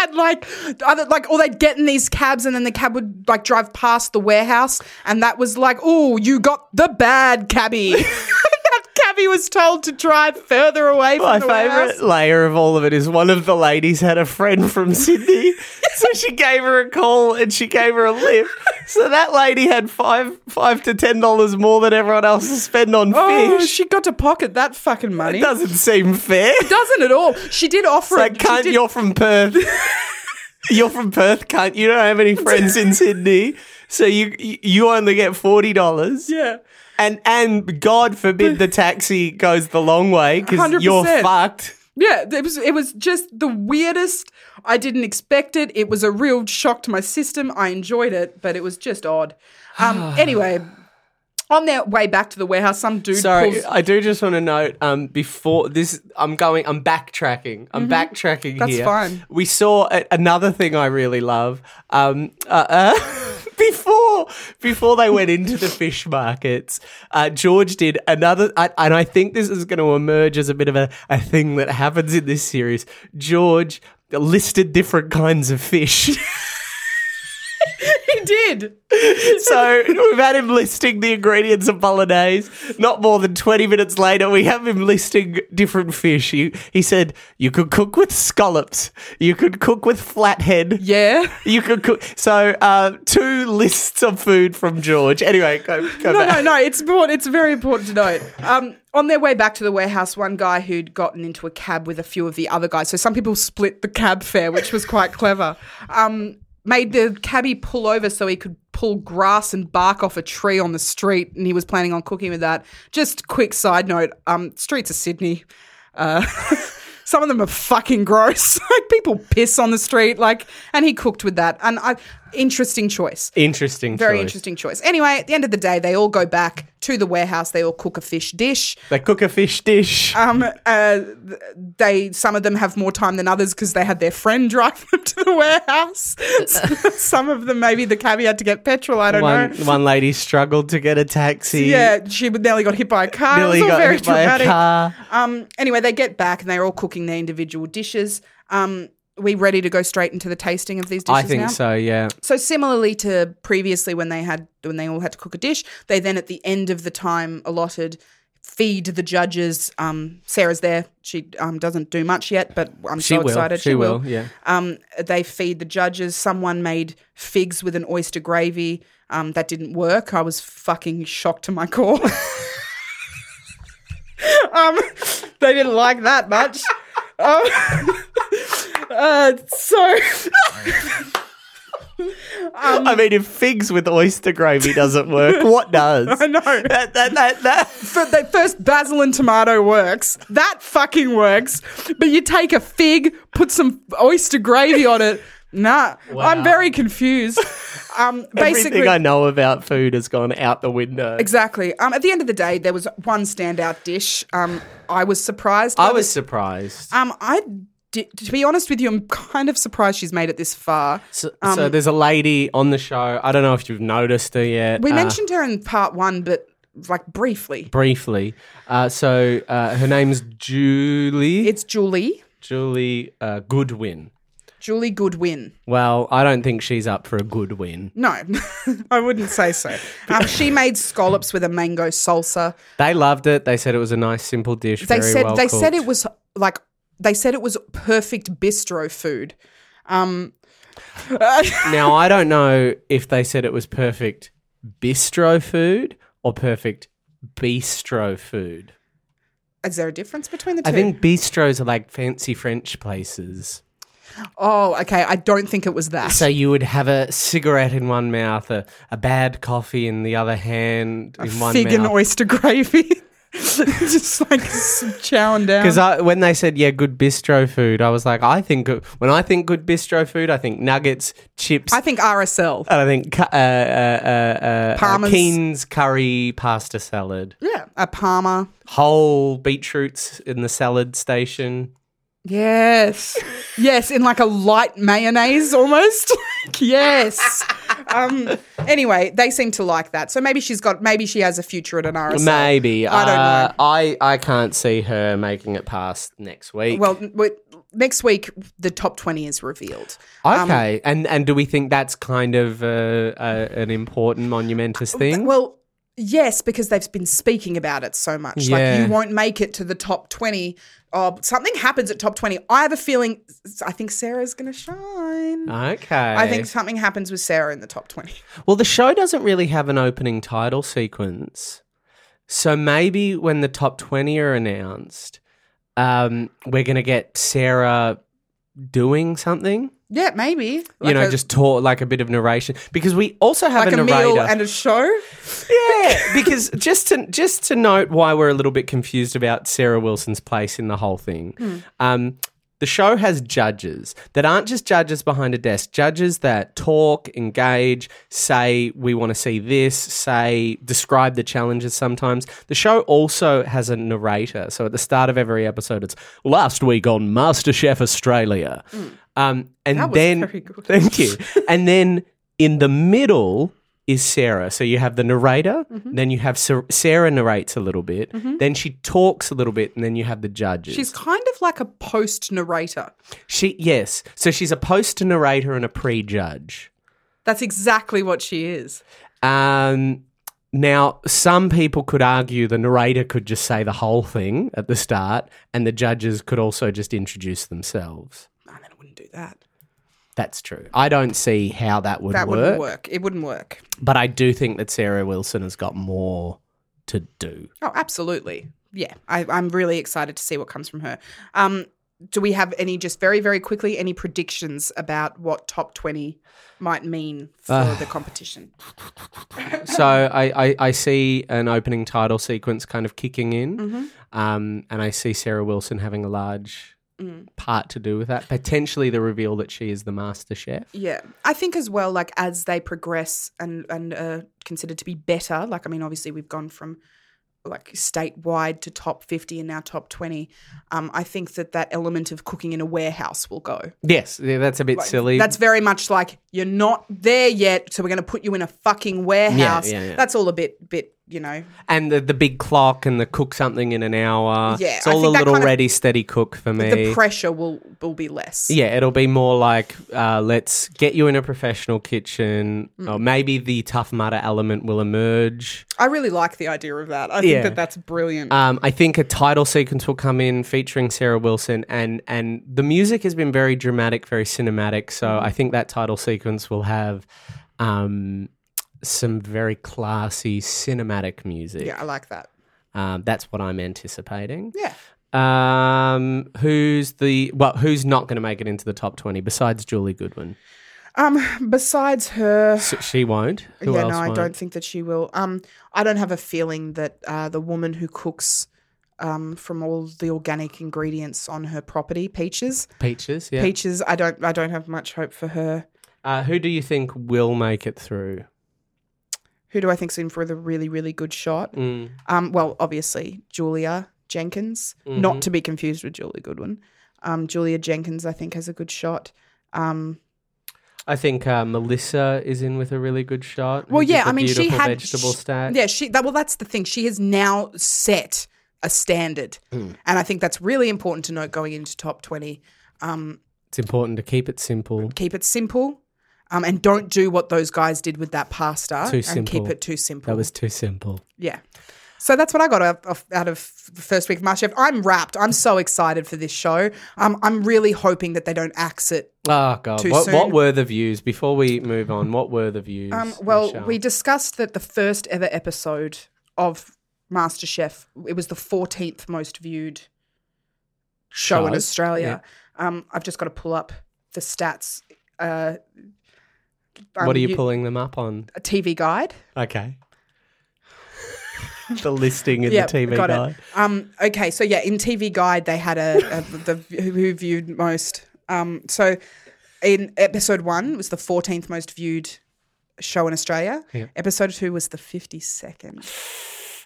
[SPEAKER 2] And like, other, like, or they'd get in these cabs, and then the cab would like drive past the warehouse, and that was like, oh, you got the bad cabbie. that cabbie was told to drive further away from
[SPEAKER 3] My
[SPEAKER 2] the
[SPEAKER 3] favourite
[SPEAKER 2] warehouse.
[SPEAKER 3] layer of all of it is one of the ladies had a friend from Sydney, so she gave her a call and she gave her a lift. So that lady had five five to ten dollars more than everyone else to spend on
[SPEAKER 2] Oh,
[SPEAKER 3] fish.
[SPEAKER 2] she got to pocket that fucking money.
[SPEAKER 3] It doesn't seem fair.
[SPEAKER 2] Doesn't at all. She did offer
[SPEAKER 3] Like,
[SPEAKER 2] it. She
[SPEAKER 3] can't
[SPEAKER 2] did-
[SPEAKER 3] you're from Perth? you're from Perth, can't you? Don't have any friends in Sydney, so you you only get forty dollars.
[SPEAKER 2] Yeah.
[SPEAKER 3] and and God forbid the taxi goes the long way because you're
[SPEAKER 2] 100%.
[SPEAKER 3] fucked.
[SPEAKER 2] Yeah, it was it was just the weirdest. I didn't expect it. It was a real shock to my system. I enjoyed it, but it was just odd. Um, anyway, on their way back to the warehouse, some dude
[SPEAKER 3] Sorry,
[SPEAKER 2] pulls.
[SPEAKER 3] I do just want to note um, before this, I'm going, I'm backtracking. I'm backtracking
[SPEAKER 2] Mm-hmm. That's
[SPEAKER 3] here.
[SPEAKER 2] fine.
[SPEAKER 3] We saw a- another thing I really love. Um, uh, uh, before before they went into the fish markets, uh, George did another, I, and I think this is going to emerge as a bit of a, a thing that happens in this series. George listed different kinds of fish.
[SPEAKER 2] he did.
[SPEAKER 3] So we've had him listing the ingredients of bolognese. Not more than 20 minutes later, we have him listing different fish. He, he said, You could cook with scallops, you could cook with flathead.
[SPEAKER 2] Yeah.
[SPEAKER 3] You could cook. So, uh, two lists of food from George. Anyway, go, go
[SPEAKER 2] No,
[SPEAKER 3] back.
[SPEAKER 2] no, no. It's important. It's very important to note. Um, on their way back to the warehouse, one guy who'd gotten into a cab with a few of the other guys. So some people split the cab fare, which was quite clever. Um, made the cabbie pull over so he could pull grass and bark off a tree on the street, and he was planning on cooking with that. Just quick side note: um, streets of Sydney. Uh, Some of them are fucking gross. like people piss on the street. Like, and he cooked with that. And I, interesting choice.
[SPEAKER 3] Interesting.
[SPEAKER 2] Very
[SPEAKER 3] choice.
[SPEAKER 2] interesting choice. Anyway, at the end of the day, they all go back to the warehouse. They all cook a fish dish.
[SPEAKER 3] They cook a fish dish.
[SPEAKER 2] Um, uh, th- they some of them have more time than others because they had their friend drive them to the warehouse. some of them maybe the cabbie had to get petrol. I don't
[SPEAKER 3] one,
[SPEAKER 2] know.
[SPEAKER 3] one lady struggled to get a taxi.
[SPEAKER 2] Yeah, she nearly got hit by a car.
[SPEAKER 3] Nearly
[SPEAKER 2] it was all
[SPEAKER 3] got
[SPEAKER 2] very
[SPEAKER 3] hit by
[SPEAKER 2] traumatic.
[SPEAKER 3] a car.
[SPEAKER 2] Um, anyway, they get back and they're all cooking their individual dishes. Um, we ready to go straight into the tasting of these dishes?
[SPEAKER 3] I think
[SPEAKER 2] now?
[SPEAKER 3] so, yeah.
[SPEAKER 2] So similarly to previously when they had when they all had to cook a dish, they then at the end of the time allotted feed the judges. Um, Sarah's there; she um, doesn't do much yet, but I'm
[SPEAKER 3] She
[SPEAKER 2] so
[SPEAKER 3] will.
[SPEAKER 2] excited.
[SPEAKER 3] She will, yeah.
[SPEAKER 2] Um, they feed the judges. Someone made figs with an oyster gravy. Um, that didn't work. I was fucking shocked to my core. um, they didn't like that much. Um, uh, so.
[SPEAKER 3] I mean, if figs with oyster gravy doesn't work, what does?
[SPEAKER 2] I know.
[SPEAKER 3] That, that, that, that.
[SPEAKER 2] But they first basil and tomato works. That fucking works. But you take a fig, put some oyster gravy on it. Nah, I'm very confused. Um, basically,
[SPEAKER 3] Everything I know about food has gone out the window.
[SPEAKER 2] exactly. Um, at the end of the day, there was one standout dish. Um, I was surprised. by
[SPEAKER 3] I was
[SPEAKER 2] this.
[SPEAKER 3] surprised.
[SPEAKER 2] Um, I di- to be honest with you, I'm kind of surprised she's made it this far.
[SPEAKER 3] So, so
[SPEAKER 2] Um,
[SPEAKER 3] there's a lady on the show. I don't know if you've noticed her yet.
[SPEAKER 2] We
[SPEAKER 3] Uh,
[SPEAKER 2] mentioned her in part one, but like briefly.
[SPEAKER 3] briefly. Uh, so uh, her name's Julie.
[SPEAKER 2] It's Julie,
[SPEAKER 3] Julie uh, Goodwin.
[SPEAKER 2] Julie Goodwin.
[SPEAKER 3] Well, I don't think she's up for a good win.
[SPEAKER 2] No, I wouldn't say so. Um, she made scallops with a mango salsa.
[SPEAKER 3] They loved it. They said it was a nice, simple dish.
[SPEAKER 2] They
[SPEAKER 3] very
[SPEAKER 2] said
[SPEAKER 3] well
[SPEAKER 2] they said
[SPEAKER 3] cooked.
[SPEAKER 2] it was like they said it was perfect bistro food. Um,
[SPEAKER 3] Now I don't know if they said it was perfect bistro food or perfect bistro food.
[SPEAKER 2] is there a difference between the two?
[SPEAKER 3] I think bistros are like fancy French places.
[SPEAKER 2] oh, okay. I don't think it was that.
[SPEAKER 3] So you would have a cigarette in one mouth, a, a bad coffee in the other hand, in one
[SPEAKER 2] Fig and
[SPEAKER 3] mouth.
[SPEAKER 2] oyster gravy, just like s- chowing down.
[SPEAKER 3] Because when they said yeah, good bistro food, I was like, I think good- when I think good bistro food, I think nuggets, chips,
[SPEAKER 2] I think RSL.
[SPEAKER 3] and I think cu- uh, uh, uh, uh,
[SPEAKER 2] Parmas.
[SPEAKER 3] Keen's curry, pasta salad,
[SPEAKER 2] yeah, a Palmer.
[SPEAKER 3] whole beetroots in the salad station.
[SPEAKER 2] Yes. Yes, in like a light mayonnaise almost. Like, yes. Um, anyway, they seem to like that. So maybe she's got, maybe she has a future at an RSL.
[SPEAKER 3] Maybe
[SPEAKER 2] I don't
[SPEAKER 3] Uh,
[SPEAKER 2] know.
[SPEAKER 3] I I can't see her making it past next week.
[SPEAKER 2] Well, n- w- next week, the top 20 is revealed. um,
[SPEAKER 3] okay, and and do we think that's kind of uh, uh, an important monumentous thing?
[SPEAKER 2] Well, yes, because they've been speaking about it so much.
[SPEAKER 3] Yeah.
[SPEAKER 2] Like, you won't make it to the top 20. Oh, something happens at top 20. I have a feeling, I think Sarah's going to shine.
[SPEAKER 3] okay,
[SPEAKER 2] I think something happens with Sarah in the top 20.
[SPEAKER 3] Well, the show doesn't really have an opening title sequence. So maybe when the top 20 are announced, um, we're going to get Sarah doing something.
[SPEAKER 2] Yeah, maybe.
[SPEAKER 3] you
[SPEAKER 2] Like
[SPEAKER 3] know,
[SPEAKER 2] a-
[SPEAKER 3] just talk like a bit of narration because we also have
[SPEAKER 2] like
[SPEAKER 3] a
[SPEAKER 2] a
[SPEAKER 3] narrator.
[SPEAKER 2] meal and a show.
[SPEAKER 3] yeah, because just to just to note why we're a little bit confused about Sarah Wilson's place in the whole thing.
[SPEAKER 2] Hmm.
[SPEAKER 3] Um, the show has judges that aren't just judges behind a desk, judges that talk, engage, say, we want to see this, say, describe the challenges sometimes. The show also has a narrator. So at the start of every episode, it's last week on MasterChef Australia. Um, and
[SPEAKER 2] Hmm. That was
[SPEAKER 3] then,
[SPEAKER 2] very good.
[SPEAKER 3] thank you. and then in the middle, is Sarah. So you have the narrator,
[SPEAKER 2] Mm-hmm.
[SPEAKER 3] then you have Sar- Sarah narrates a little bit, then she talks a little bit, and then you have the judges.
[SPEAKER 2] She's kind of like a post narrator.
[SPEAKER 3] she yes. So she's a post narrator and a pre judge.
[SPEAKER 2] That's exactly what she is.
[SPEAKER 3] Um, now some people could argue the narrator could just say the whole thing at the start, and the judges could also just introduce themselves.
[SPEAKER 2] I mean, I wouldn't do that.
[SPEAKER 3] That's true. I don't see how that would
[SPEAKER 2] that
[SPEAKER 3] work,
[SPEAKER 2] wouldn't work. It wouldn't work.
[SPEAKER 3] but I do think that Sarah Wilson has got more to do.
[SPEAKER 2] Oh, absolutely. Yeah, I, I'm really excited to see what comes from her. Um, do we have any, just very, very quickly, any predictions about what top 20 might mean for the competition?
[SPEAKER 3] so I, I, I see an opening title sequence kind of kicking in,
[SPEAKER 2] Mm-hmm. Mm.
[SPEAKER 3] um, and I see Sarah Wilson having a large part to do with that. Potentially, the reveal that she is the master chef.
[SPEAKER 2] Yeah, I think as well, like as they progress and and are considered to be better. Like, I mean, obviously we've gone from like statewide to top fifty and now top twenty. Um, I think that that element of cooking in a warehouse will go.
[SPEAKER 3] Yes, yeah, that's a bit silly.
[SPEAKER 2] That's very much like you're not there yet, so we're going to put you in a fucking warehouse.
[SPEAKER 3] yeah, yeah.
[SPEAKER 2] That's all a bit bit you know.
[SPEAKER 3] and the, the big clock and the cook something in an hour.
[SPEAKER 2] Yeah,
[SPEAKER 3] it's
[SPEAKER 2] I
[SPEAKER 3] all a
[SPEAKER 2] think that
[SPEAKER 3] little
[SPEAKER 2] kind of-
[SPEAKER 3] ready, steady cook for me.
[SPEAKER 2] The pressure will will be less.
[SPEAKER 3] Yeah, it'll be more like uh, let's get you in a professional kitchen,
[SPEAKER 2] Mm.
[SPEAKER 3] or maybe the tough mudder element will emerge.
[SPEAKER 2] I really like the idea of that. I
[SPEAKER 3] Yeah.
[SPEAKER 2] think that that's brilliant.
[SPEAKER 3] Um, I think a title sequence will come in featuring Sarah Wilson, and and the music has been very dramatic, very cinematic. So
[SPEAKER 2] Mm-hmm.
[SPEAKER 3] I think that title sequence will have um, some very classy cinematic music.
[SPEAKER 2] yeah, I like that.
[SPEAKER 3] Um, that's what I'm anticipating.
[SPEAKER 2] Yeah.
[SPEAKER 3] Um, who's the well? Who's not going to make it into the top twenty besides Julie Goodwin?
[SPEAKER 2] Um, besides her,
[SPEAKER 3] So she won't. Who
[SPEAKER 2] yeah,
[SPEAKER 3] else
[SPEAKER 2] no, I
[SPEAKER 3] won't?
[SPEAKER 2] don't think that she will. Um, I don't have a feeling that uh, the woman who cooks um, from all the organic ingredients on her property, peaches,
[SPEAKER 3] Peaches. Yeah.
[SPEAKER 2] peaches. I don't, I don't have much hope for her.
[SPEAKER 3] Uh, who do you think will make it through?
[SPEAKER 2] Who do I think's in for the really, really good shot?
[SPEAKER 3] Mm.
[SPEAKER 2] Um, well, obviously Julia Jenkins,
[SPEAKER 3] Mm-hmm.
[SPEAKER 2] not to be confused with Julia Goodwin. Um, Julia Jenkins, I think, has a good shot. Um,
[SPEAKER 3] I think uh, Melissa is in with a really good shot. who
[SPEAKER 2] Well,
[SPEAKER 3] did
[SPEAKER 2] yeah,
[SPEAKER 3] the
[SPEAKER 2] I mean, she
[SPEAKER 3] beautiful
[SPEAKER 2] had
[SPEAKER 3] vegetable
[SPEAKER 2] sh-
[SPEAKER 3] stack.
[SPEAKER 2] Yeah, she. That, well, that's the thing. She has now set a standard,
[SPEAKER 3] Hmm.
[SPEAKER 2] and I think that's really important to note going into top twenty. Um,
[SPEAKER 3] It's important to keep it simple.
[SPEAKER 2] keep it simple, um, and don't do what those guys did with that pasta
[SPEAKER 3] Too
[SPEAKER 2] and keep
[SPEAKER 3] simple.
[SPEAKER 2] it too simple.
[SPEAKER 3] That was too simple.
[SPEAKER 2] yeah. So that's what I got out of, out of the first week of MasterChef. I'm wrapped. I'm so excited for this show. Um, I'm really hoping that they don't axe it
[SPEAKER 3] Oh god,
[SPEAKER 2] Too
[SPEAKER 3] what, what
[SPEAKER 2] soon.
[SPEAKER 3] were the views? Before we move on, what were the views?
[SPEAKER 2] Um, well,
[SPEAKER 3] Michelle?
[SPEAKER 2] we discussed that the first ever episode of MasterChef, it was the 14th most viewed show in
[SPEAKER 3] Show,
[SPEAKER 2] Australia. Um, I've just got to pull up the stats. Uh, um,
[SPEAKER 3] what are you,
[SPEAKER 2] you-
[SPEAKER 3] pulling them up on?
[SPEAKER 2] A TV guide.
[SPEAKER 3] Okay, the listing in
[SPEAKER 2] Yeah,
[SPEAKER 3] the TV
[SPEAKER 2] got
[SPEAKER 3] guide.
[SPEAKER 2] it. Um, okay, so yeah, in TV Guide they had a, a the who who viewed most. Um, so in episode one was the fourteenth most viewed show in Australia.
[SPEAKER 3] Yeah.
[SPEAKER 2] Episode two was the fifty second.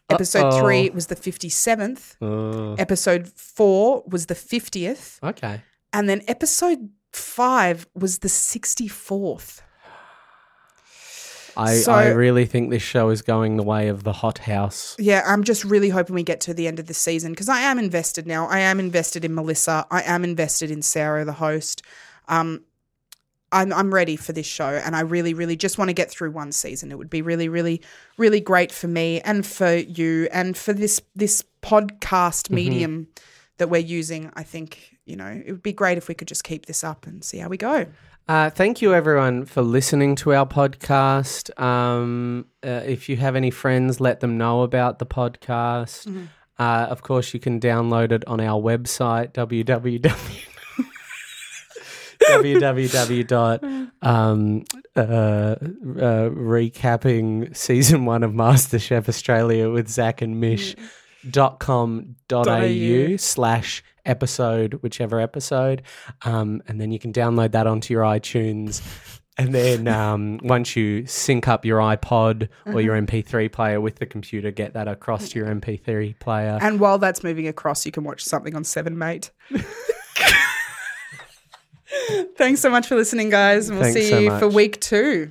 [SPEAKER 2] Episode
[SPEAKER 3] Uh-oh.
[SPEAKER 2] three was the fifty seventh.
[SPEAKER 3] Oh,
[SPEAKER 2] Episode four was the fiftieth,
[SPEAKER 3] okay,
[SPEAKER 2] and then episode five was the sixty fourth.
[SPEAKER 3] I,
[SPEAKER 2] So-
[SPEAKER 3] I really think this show is going the way of the hot house.
[SPEAKER 2] Yeah, I'm just really hoping we get to the end of the season because I am invested now. I am invested in Melissa. I am invested in Sarah, the host. Um, I'm I'm ready for this show, and I really, really just want to get through one season. It would be really, really, really great for me and for you and for this this podcast medium that we're using. I think you know it would be great if we could just keep this up and see how we go.
[SPEAKER 3] Uh, thank you, everyone, for listening to our podcast. Um, uh, if you have any friends, let them know about the podcast. Uh, of course, you can download it on our website, www. www. Um, uh, uh, recapping season one of MasterChef Australia with Zach and Mish dot com dot au slash episode whichever episode um, and then you can download that onto your itunes and then um, once you sync up your ipod or your mp3 player with the computer get that across to your mp3 player
[SPEAKER 2] And while that's moving across, you can watch something on Seven Mate. Thanks so much for listening, guys. And we'll
[SPEAKER 3] Thanks
[SPEAKER 2] see
[SPEAKER 3] so
[SPEAKER 2] you for
[SPEAKER 3] much.
[SPEAKER 2] week two.